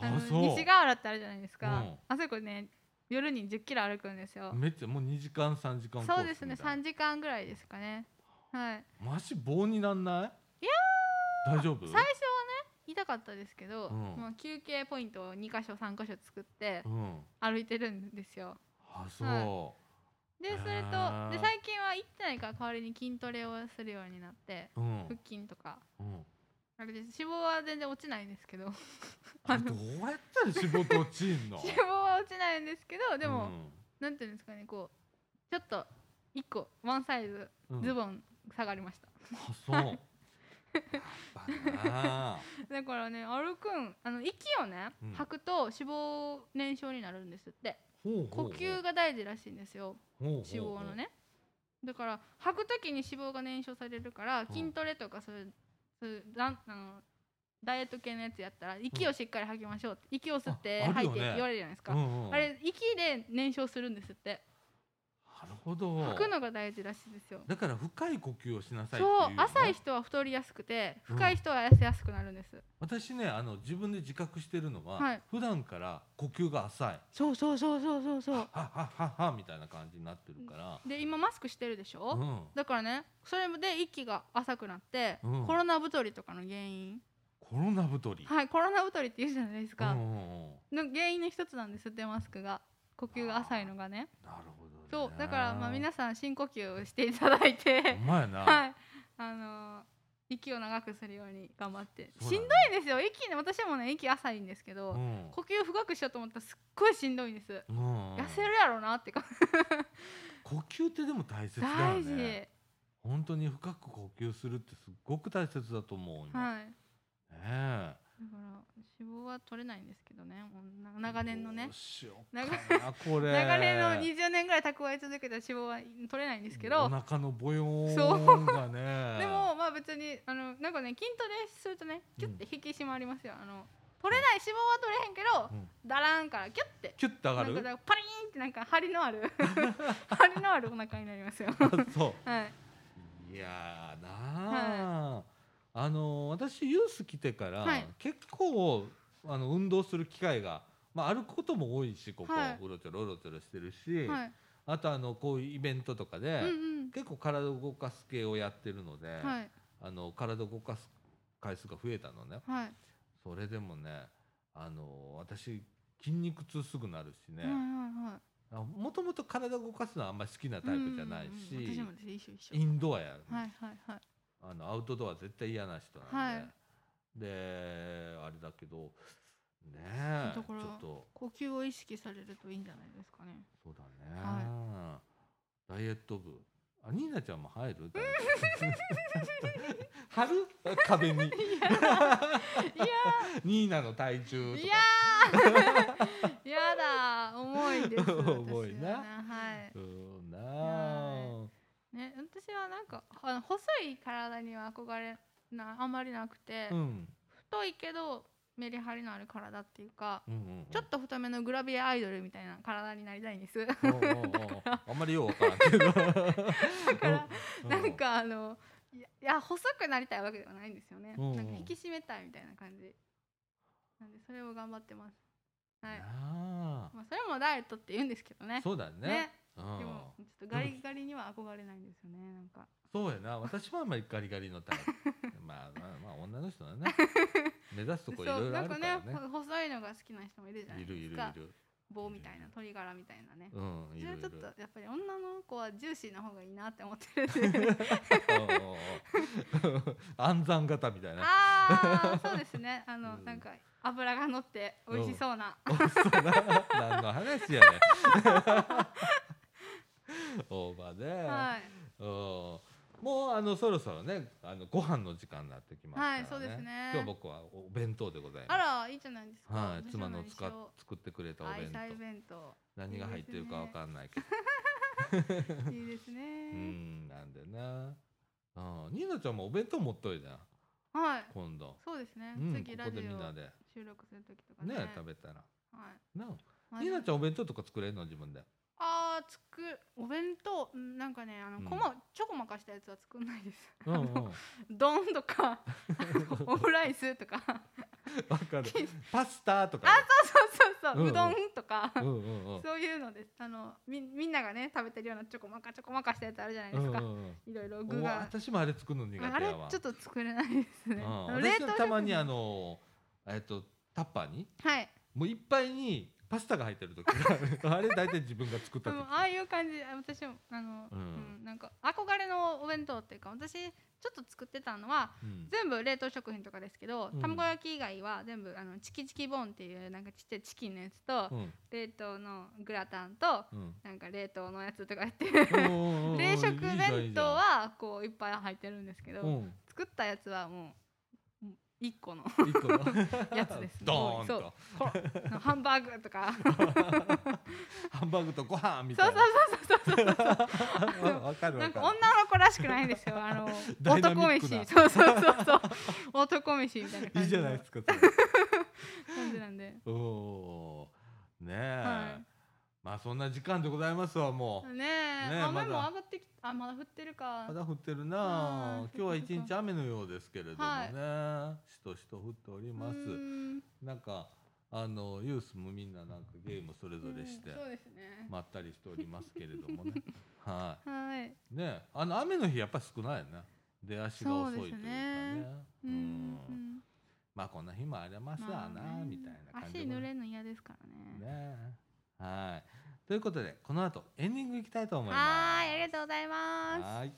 B: あ
A: あ
B: の
A: そう
B: 西側原ってあるじゃないですか、
A: うん
B: あそこね夜に10キロ歩くんですよ、
A: めっちゃもう2時間3時間コースみたいな
B: そうですね3時間ぐらいですかねはい
A: マジ棒になんない
B: いや
A: 大丈夫
B: 最初はね痛かったですけど、
A: うん
B: まあ、休憩ポイントを2箇所3箇所作って
A: うん
B: 歩いてるんですよ
A: あそう、
B: はで
A: へ
B: そ
A: ー
B: れとで最近は行ってないから代わりに筋トレをするようになって
A: うん
B: 腹筋とか
A: うん
B: あれです脂肪は全然落ちないんですけ ど
A: あ
B: あ
A: れど
B: の
A: うやったら仕事落ちんの
B: 脂肪は落ちないんですけどでも、なんていうんですかねこうちょっと一個ワンサイズ
A: うんうん
B: ズボン下がりました、
A: あそうやっぱな
B: だからね歩くんあの息をね、
A: うん
B: 吐くと脂肪燃焼になるんですって
A: ほうほうほ
B: 呼
A: う
B: 吸が大事らしいんですよ
A: ほうほうほう
B: 脂肪のねだから吐く時に脂肪が燃焼されるから
A: うん
B: 筋トレとかそういうそういうランあのダイエット系のやつやったら息をしっかり吐きましょうって息を吸って
A: あある
B: 吐
A: よ
B: いて
A: ね
B: って言われるじゃないですか、
A: うんうん
B: あれ息で燃焼するんですって
A: なるほど
B: 吐くのが大事らしいですよ
A: だから深い呼吸をしなさいって
B: そ
A: いううよね、
B: 浅い人は太りやすくて
A: うん
B: 深い人は痩せやすくなるんです、
A: 私ねあの自分で自覚してるのは、
B: はい
A: 普段から呼吸が浅い
B: そうそうそうそうそうそ
A: は
B: う
A: っはっはっはみたいな感じになってるから
B: で今マスクしてるでしょ、
A: うん
B: だからねそれで息が浅くなって、
A: うん
B: コロナ太りとかの原因
A: コロナ太り、
B: はいコロナ太りって言うじゃないですか、
A: うんうんうん
B: の原因の一つなんですってマスクが呼吸が浅いのがね
A: なるほどね
B: そうだからまあ皆さん深呼吸をしていただいて
A: ほんまやな、
B: はいあのー息を長くするように頑張って、
A: そう
B: し
A: だね
B: んどいですよ息ね私もね息浅いんですけど、
A: うん
B: 呼吸深くしようと思ったらすっごいしんどいんです、
A: うん
B: 痩せるやろうなって感じ
A: 呼吸ってでも大切だよ
B: 大事、
A: ね本当に深く呼吸するってすっごく大切だと思う今、
B: はい
A: ねえ
B: だから脂肪は取れないんですけどねもうな長年のね
A: どうしようかなこれ
B: 長年の20年ぐらい蓄え続けた脂肪は取れないんですけど
A: お腹のボヨー
B: そ
A: ンがね
B: でもまあ別にあのなんかね筋トレするとねキュッて引き締まりますよ、あの取れない脂肪は取れへんけど、
A: うん
B: だらんからキュッて
A: キュッと上が
B: なんか
A: る
B: だからパリーンってなんか張りの ある張りのあるお腹になりますよ
A: あ そ
B: はい、
A: ういやーなあ、あの私ユース来てから、
B: はい
A: 結構あの運動する機会が、まあ、歩くことも多いしここ、
B: はいう
A: ろちょろうろちょろしてるし、
B: はい、
A: あとあのこういうイベントとかで、
B: うんうん
A: 結構体を動かす系をやってるので、
B: はい
A: あの体を動かす回数が増えたのね
B: はい、
A: それでもねあの私筋肉痛すぐなるしね
B: はいはいはい
A: あもともと体を動かすのはあんまり好きなタイプじゃないし、
B: うんうんうん私もです一緒一緒
A: インドアや、
B: はいはいはい
A: あのアウトドア絶対嫌な人なんで、
B: はい
A: であれだけどねえち
B: だ
A: ょ
B: から
A: っと
B: 呼吸を意識されるといいんじゃないですかね
A: そうだね、ダイエット部あニーナちゃんも入るダ イエット部貼る壁に
B: いや
A: ニーナの体重と
B: い
A: か
B: やー やだ重いです
A: 重いな
B: 私ははい
A: そうな
B: は
A: あ
B: ね私はなんかあの細い体には憧れなあんまりなくて、
A: うん
B: 太いけどメリハリのある体っていうか、
A: うんうんうん
B: ちょっと太めのグラビアアイドルみたいな体になりたいんです
A: おうおうおうあんまりようわからん けど
B: だから
A: う
B: なんかあのいやいや細くなりたいわけではないんですよね、
A: うん
B: なんか引き締めたいみたいな感じなんでそれを頑張ってますはい、
A: な
B: まあ、それもダイエットって言うんですけど
A: あ
B: ね
A: そうだね
B: ね
A: うん
B: でもちょっとガリガリには憧れないんですよねなんか
A: そうやな私はあんまりガリガリのタイ プまあまあまあ女の人だね目指すとこいろ
B: そ
A: いうろ
B: な
A: あ
B: ん
A: るか
B: からね
A: ね
B: ほ細いのが好きな人もいるじゃない
A: いるい
B: です
A: るい
B: か
A: る
B: 棒みたいな鶏ガラみたいなね
A: うんい
B: それ
A: る
B: はいちょ
A: る
B: っとやっぱり女の子はジューシーな方がいいなって思ってるんで
A: おうおうおう 暗算型みたいな
B: ああそうですねあの、
A: うん
B: なんか脂が乗って美味しそうな、
A: おっさんな 何の話や ねんオーバーで、
B: はい
A: うんもうあのそろそろねあのご飯の時間になってきますからね、
B: はいそうですね
A: 今日僕はお弁当でございます
B: あらいいじゃないですか、
A: はい、
B: 私
A: 妻
B: は
A: の
B: 何し
A: 使っ
B: ろ
A: 作ってくれたお
B: 愛
A: 弁
B: 妻
A: 当
B: 弁当
A: 何が入ってるかわかんないけど
B: いいで
A: う
B: すね
A: んなんでなうんニーナちゃんもお弁当持っといてな
B: はい
A: 今度、
B: そうですね、
A: うん、こ
B: 次ラ
A: こで
B: ジ
A: みんな
B: オ
A: で
B: 収録する時とかね
A: ね食べたら
B: はい
A: な
B: まあ
A: ニーナちゃんお弁当とか作れるの自分で
B: あー作るお弁当うんなんかねあの、
A: うん
B: こまちょこまかしたやつは作んないです、
A: うんう
B: あ
A: ん
B: の丼 とかあのオムライスとか
A: わかるパスタとか
B: そうそうそうそう、
A: うんう
B: うんどんとか、
A: うんうんうん
B: そういうのですあのみみんながね食べてるようなちょこまかちょこまかしたやつあるじゃないで
A: う
B: す
A: んう
B: か、
A: んうん
B: いろいろ
A: お
B: 具が
A: 私もあれ作るの苦手やわ
B: あれちょっと作れないですね、
A: うん
B: あの
A: 私はたまに
B: 冷凍
A: あのえっとタッパーに
B: 食品はい
A: もういっぱいにパスタが入ってる時がある あれ大体自分が作っ
B: で
A: た時
B: もああいう感じあ私もあの、
A: う
B: うんんなんか憧れのお弁当っていうか私ちょっと作ってたのは
A: うん
B: 全部冷凍食品とかですけど、
A: うん
B: 卵焼き以外は全部あのチキチキボーンっていうなんかちっちゃいチキンのやつと、
A: うん
B: 冷凍のグラタンと
A: うん
B: なんか冷凍のやつとかやって
A: おーおーおー
B: 冷食
A: いいじゃんいい
B: 弁
A: じ
B: 当
A: ゃん
B: はこういっぱい入ってるんですけど、
A: うん
B: 作ったやつはもうもう1個の
A: 一個の
B: やつです
A: ドーン
B: そ
A: と
B: うハンバーグとか
A: ハンバーグとご飯み
B: そ
A: た
B: う
A: い
B: そう
A: な
B: そうそう そう
A: そうわかる
B: な
A: わ
B: んか
A: か
B: 女の
A: る
B: 子らしくないんですよあの
A: ダイナミ
B: 男
A: ッ
B: 飯
A: クな
B: そうそうそ うそう男飯みたいな感じの
A: いいじゃないですかそれ
B: 感じなんで。
A: おおーねえ、
B: はい
A: まあそんな時間でございますわもう、
B: ねえ
A: ねえま
B: 雨
A: だ
B: も上がってきあまだ降ってるか
A: まだ降ってるなあ
B: はい
A: 今日は一日雨のようですけれどもね、しとしと降っております
B: うーん
A: なんかあのユースもみんななんかゲームそれぞれして、
B: うんそうですね、
A: まったりしておりますけれどもね は
B: はい
A: いねえあの雨の日やっぱ少ないよね出足が遅いというかね
B: そうですね
A: う
B: うんんうん
A: まあこんな日もありますわな、
B: まあね
A: みたいな感じ
B: 足
A: も
B: 濡
A: ね
B: れんの嫌ですから
A: ね
B: ね
A: えはいということでこの後エンディングいきたいと思います
B: はーいありがとうございます
A: はーい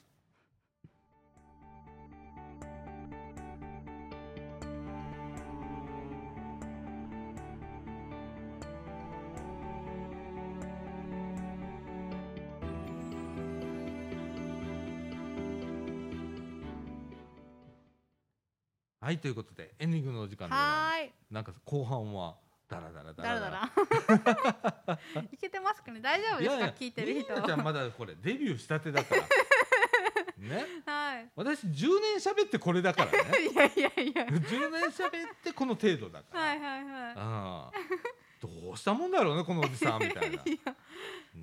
A: はいということでエンディングのお時間でございま
B: は
A: す
B: ーい
A: なんか後半はダラダラダラ
B: だら
A: ダ
B: だ
A: ラ
B: ら いけてますかね大丈夫ですか聞いてる
A: ニ
B: 人
A: ーナちゃんまだこれデビューしたてだからね
B: はい
A: 私10年喋ってこれだから ね
B: いやいやいや
A: 10年喋ってこの程度だから、
B: はいはいはい
A: ああどうしたもんだろうねこのおじさんみ たいなね
B: いやねえ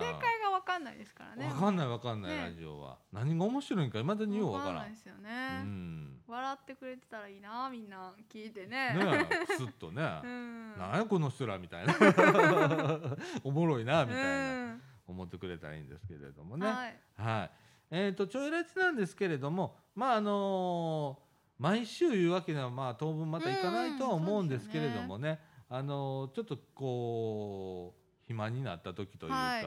B: 正解がわかんないですから
A: え
B: ね
A: わかんないわかんない、
B: ね
A: ラジオは何が面白いんかいまだにようわ
B: わ
A: か
B: からなんいですよ
A: う
B: ね
A: ん
B: 笑ってくれてたらいいなみんな聞いてね
A: ねえすっとね、
B: うん
A: なんやこの人らみ たいなおもろいなみたいな、思ってくれたらいいんですけれども
B: うん
A: ね
B: はい
A: はい。えっ、とちょいラジなんですけれども、まああのー毎週言うわけではまあ当分また行かないとは思うんですけれどもね、あのーちょっとこう暇になった時というか、
B: はい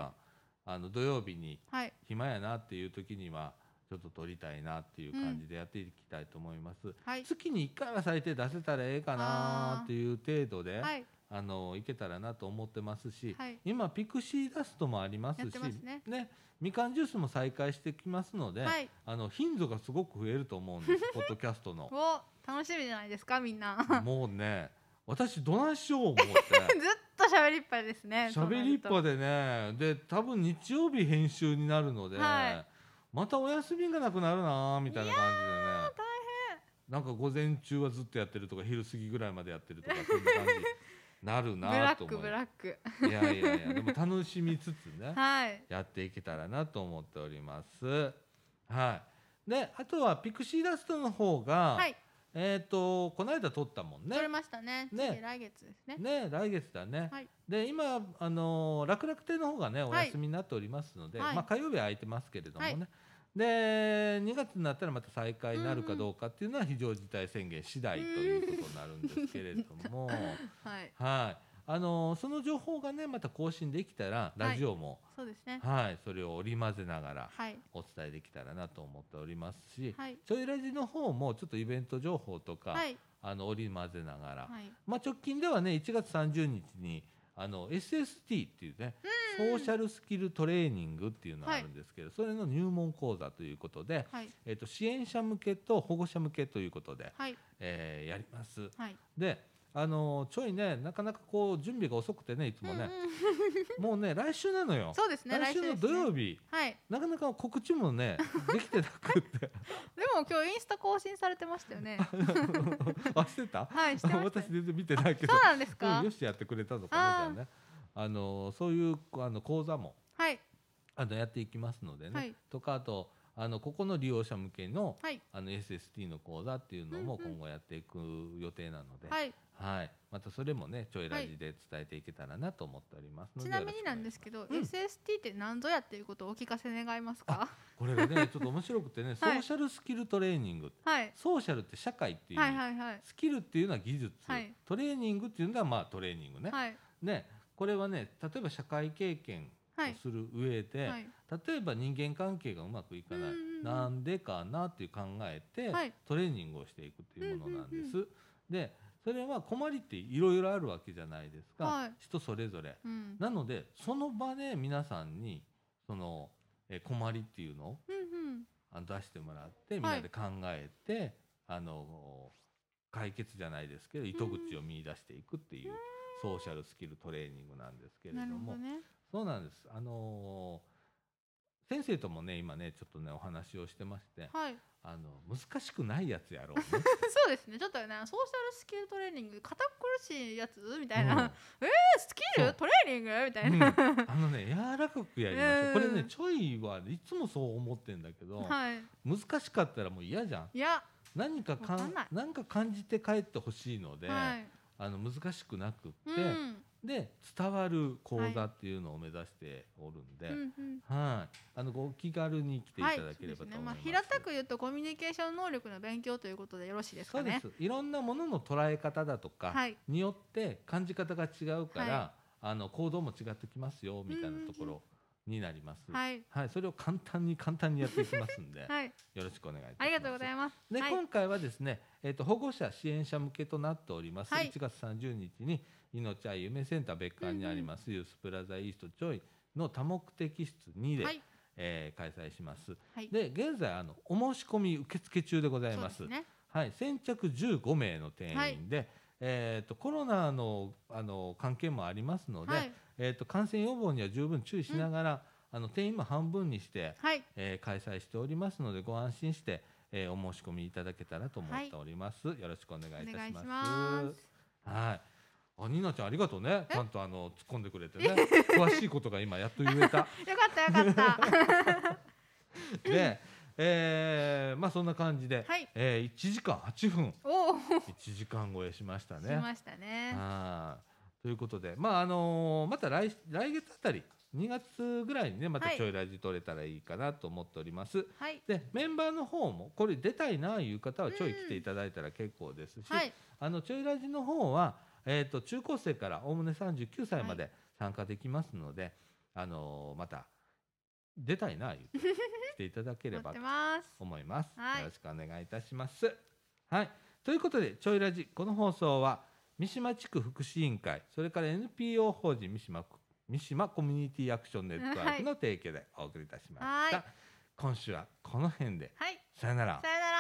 A: あの土曜日に
B: はい
A: 暇やなっていう時にはちょっと撮りたいなっていう感じでやっていきたいと思います。
B: はい
A: 月に1回は最低出せたらええかなっていう程度で、
B: はい
A: あのいけたらなと思ってますし、
B: はい
A: 今ピクシーダストもあります
B: やっ
A: して
B: ますね
A: みかんジュースも再開してきますので、
B: はい
A: あの頻度がすごく増えると思 うんですポッドキャストの。
B: お楽しみじゃないですかみんな
A: もうね私どないしよう思って
B: ずっと喋りっぱいですねそうな
A: 喋りっ
B: ると
A: ぱでねで多分日曜日編集になるので、
B: は
A: またお休みがなくなるなみたいな感じでねなんか午前中はずっとやってるとか昼過ぎぐらいまでやってるとかそんな感じになる
B: ブラ
A: なと
B: ッ
A: 思
B: ク ブラック
A: いいやいやいやでも楽しみつつね
B: はい
A: やっていけたらなと思っております。はい、であとはピクシーダストの方が、
B: はい
A: えっ、とこの間撮ったもんね
B: 取れ。ましたね
A: ね
B: 次来月ですね
A: ね来月だね。
B: はい
A: で今あのー楽々亭の方がねお休みになっておりますので、
B: はい
A: まあ火曜日は空いてますけれどもね。
B: は
A: で2月になったらまた再開になるかどうかっていうのは非常事態宣言次第ということになるんですけれども、
B: はい
A: はい、あのーその情報がねまた更新できたらラジオも、
B: そうですね
A: はい、それを織り交ぜながら
B: はい
A: お伝えできたらなと思っておりますし、
B: はい
A: ちょいラジの方もちょっとイベント情報とか、
B: はい
A: あの織り交ぜながら、
B: はい
A: まあ、直近ではね1月30日にあの SST っていうねソーシャルスキルトレーニングっていうのがあるんですけど、それの入門講座ということで、
B: はい
A: えっと支援者向けと保護者向けということで、
B: はい
A: えーやります。
B: はい
A: であのちょいねなかなかこう準備が遅くてねいつもね、
B: うんうん
A: もうね来週なのよ。
B: そうですね
A: 来週
B: です
A: の
B: ね
A: 土曜日
B: はい
A: なかなか告知もねできてなくって
B: でも今日インスタ更新されてました よね
A: あしてた
B: はいしてました
A: 私全然見てないけど
B: そうなんです
A: う
B: か
A: んよしやってくれたぞこのみたいなねあのそういうあの講座も
B: はい
A: あのやっていきますのでね、
B: はい
A: とかあとあのここの利用者向けの
B: はい
A: あの SST の講座っていうのも
B: うんうん
A: 今後やっていく予定なので、
B: はい
A: はいまたそれもねちょいラジで伝えていけたらなと思っておりますの
B: ち
A: で、
B: なみになんですけ
A: う
B: ど、
A: ん
B: SST って何ぞやっていうことをお聞かせ願いますか
A: これがねちょっと面白くてね、ソ
B: はい
A: ーシャルスキルトレーニング
B: はい
A: ソーシャルって社会っていう意
B: は
A: 味
B: いはいはい
A: スキルっていうのは技術、
B: はい
A: トレーニングっていうのはまあトレーニングね,、
B: はい
A: ねこれはね例えば社会経験を
B: はい
A: する上で、
B: はい
A: 例えば人間関係がうまくいかない
B: うんうんうん
A: なんでかなっていう考えて、
B: はい
A: トレーニングをしていくっていうものなんです。
B: うん
A: でそれは困りっていろいろあるわけじゃないですか、
B: はい
A: 人それぞれ。
B: うん
A: なのでその場で皆さんにそのえ困りっていうのを
B: うんうん
A: あの出してもらってみんなで考えて、あの解決じゃないですけど糸口を見出していくっていうソーシャルスキルトレーニングなんですけれど
B: なるほ
A: も
B: どね
A: そうなんですあの先生ともね今ねちょっとねお話をしてまして
B: はい
A: あの難しくないやつやろうね
B: そうですねちょっとねソーシャルスキルトレーニング堅苦しい やつみたいな、
A: うん
B: えースキ
A: そ
B: ル
A: う
B: トレーニングみた
A: う
B: い
A: ん
B: な、
A: あのね柔らかくやりましょうこれ
B: う
A: ね
B: ん
A: ちょいはいつもそう思ってんだけど、
B: はい
A: 難しかったらもう嫌じゃん
B: いや
A: 何かか
B: わか
A: ん
B: んない
A: 何か感じて帰ってほしいので、
B: はい
A: あの難しくなくって、
B: うん
A: で伝わる講座っていうのを目指しておるんで、は
B: う
A: い、
B: んうん
A: あのお気軽に来てい
B: はい
A: ただければと思います。
B: そうですねまあ、平たく言うとコミュニケーション能力の勉強ということでよろしいです
A: そ
B: か
A: うで
B: ね
A: す。いろんなものの捉え方だとか
B: はい
A: によって感じ方が違うから、
B: は
A: あの行動も違ってきますよみたいなところになります。い、
B: はい
A: それを簡単に簡単にやっていきますんで、
B: はい
A: よろしくお願いいたします。
B: ありがとうございます
A: で、
B: はい
A: 今回はですね、えっ、と保護者支援者向けとなっております。
B: はい
A: 1月30日に命愛夢センター別館にあります、ユースプラザイーストチョイの多目的室2で、
B: はい
A: えー開催します。
B: はい
A: で、現在あのお申し込み受付中でございます。
B: そうですね
A: はい、先着15名の定員で、えっ、とコロナのあの関係もありますので、
B: はい
A: えっ、と感染予防には十分注意しながら、あの定員も半分にして。
B: はい
A: えー開催しておりますのでご安心して、えーお申し込みいただけたらと思っております、よろしくお願いい
B: お
A: た
B: 願
A: し
B: い
A: ま
B: し
A: す
B: ます
A: はいあニーナちゃんありがとうね
B: え
A: ちゃんとあの突っ込んでくれて ね詳しいことが今やっと言えた
B: よかったよかった。
A: で、えーまあそんな感じで、
B: はい
A: えー1時間8分
B: おお、
A: 1時間超えしました
B: し
A: ね
B: ましたね。
A: はいということでまああのーまた来来月あたり2月ぐらいにねまた
B: はい
A: ちょいラジ取れたらいいかなと思っております、
B: はい。
A: でメンバーの方もこれ出たいなあいう方はちょい
B: うん
A: 来ていただいたら結構ですし、
B: はい。
A: あのちょいラジの方は、えー、と中高生からおおむね39歳まで参加できますので、あのーまた出たいな言 って来ていただけれ
B: 待
A: ば
B: って
A: と
B: ます
A: 思います、
B: はい
A: よろしくお願いいたしますはいということでちょいラジこの放送は三島地区福祉委員会それから NPO 法人三島こ三島コミュニティアクションネットワークの提供でお送りいたしました、
B: はい
A: 今週はこの辺で
B: はい
A: さよなら
B: さよなら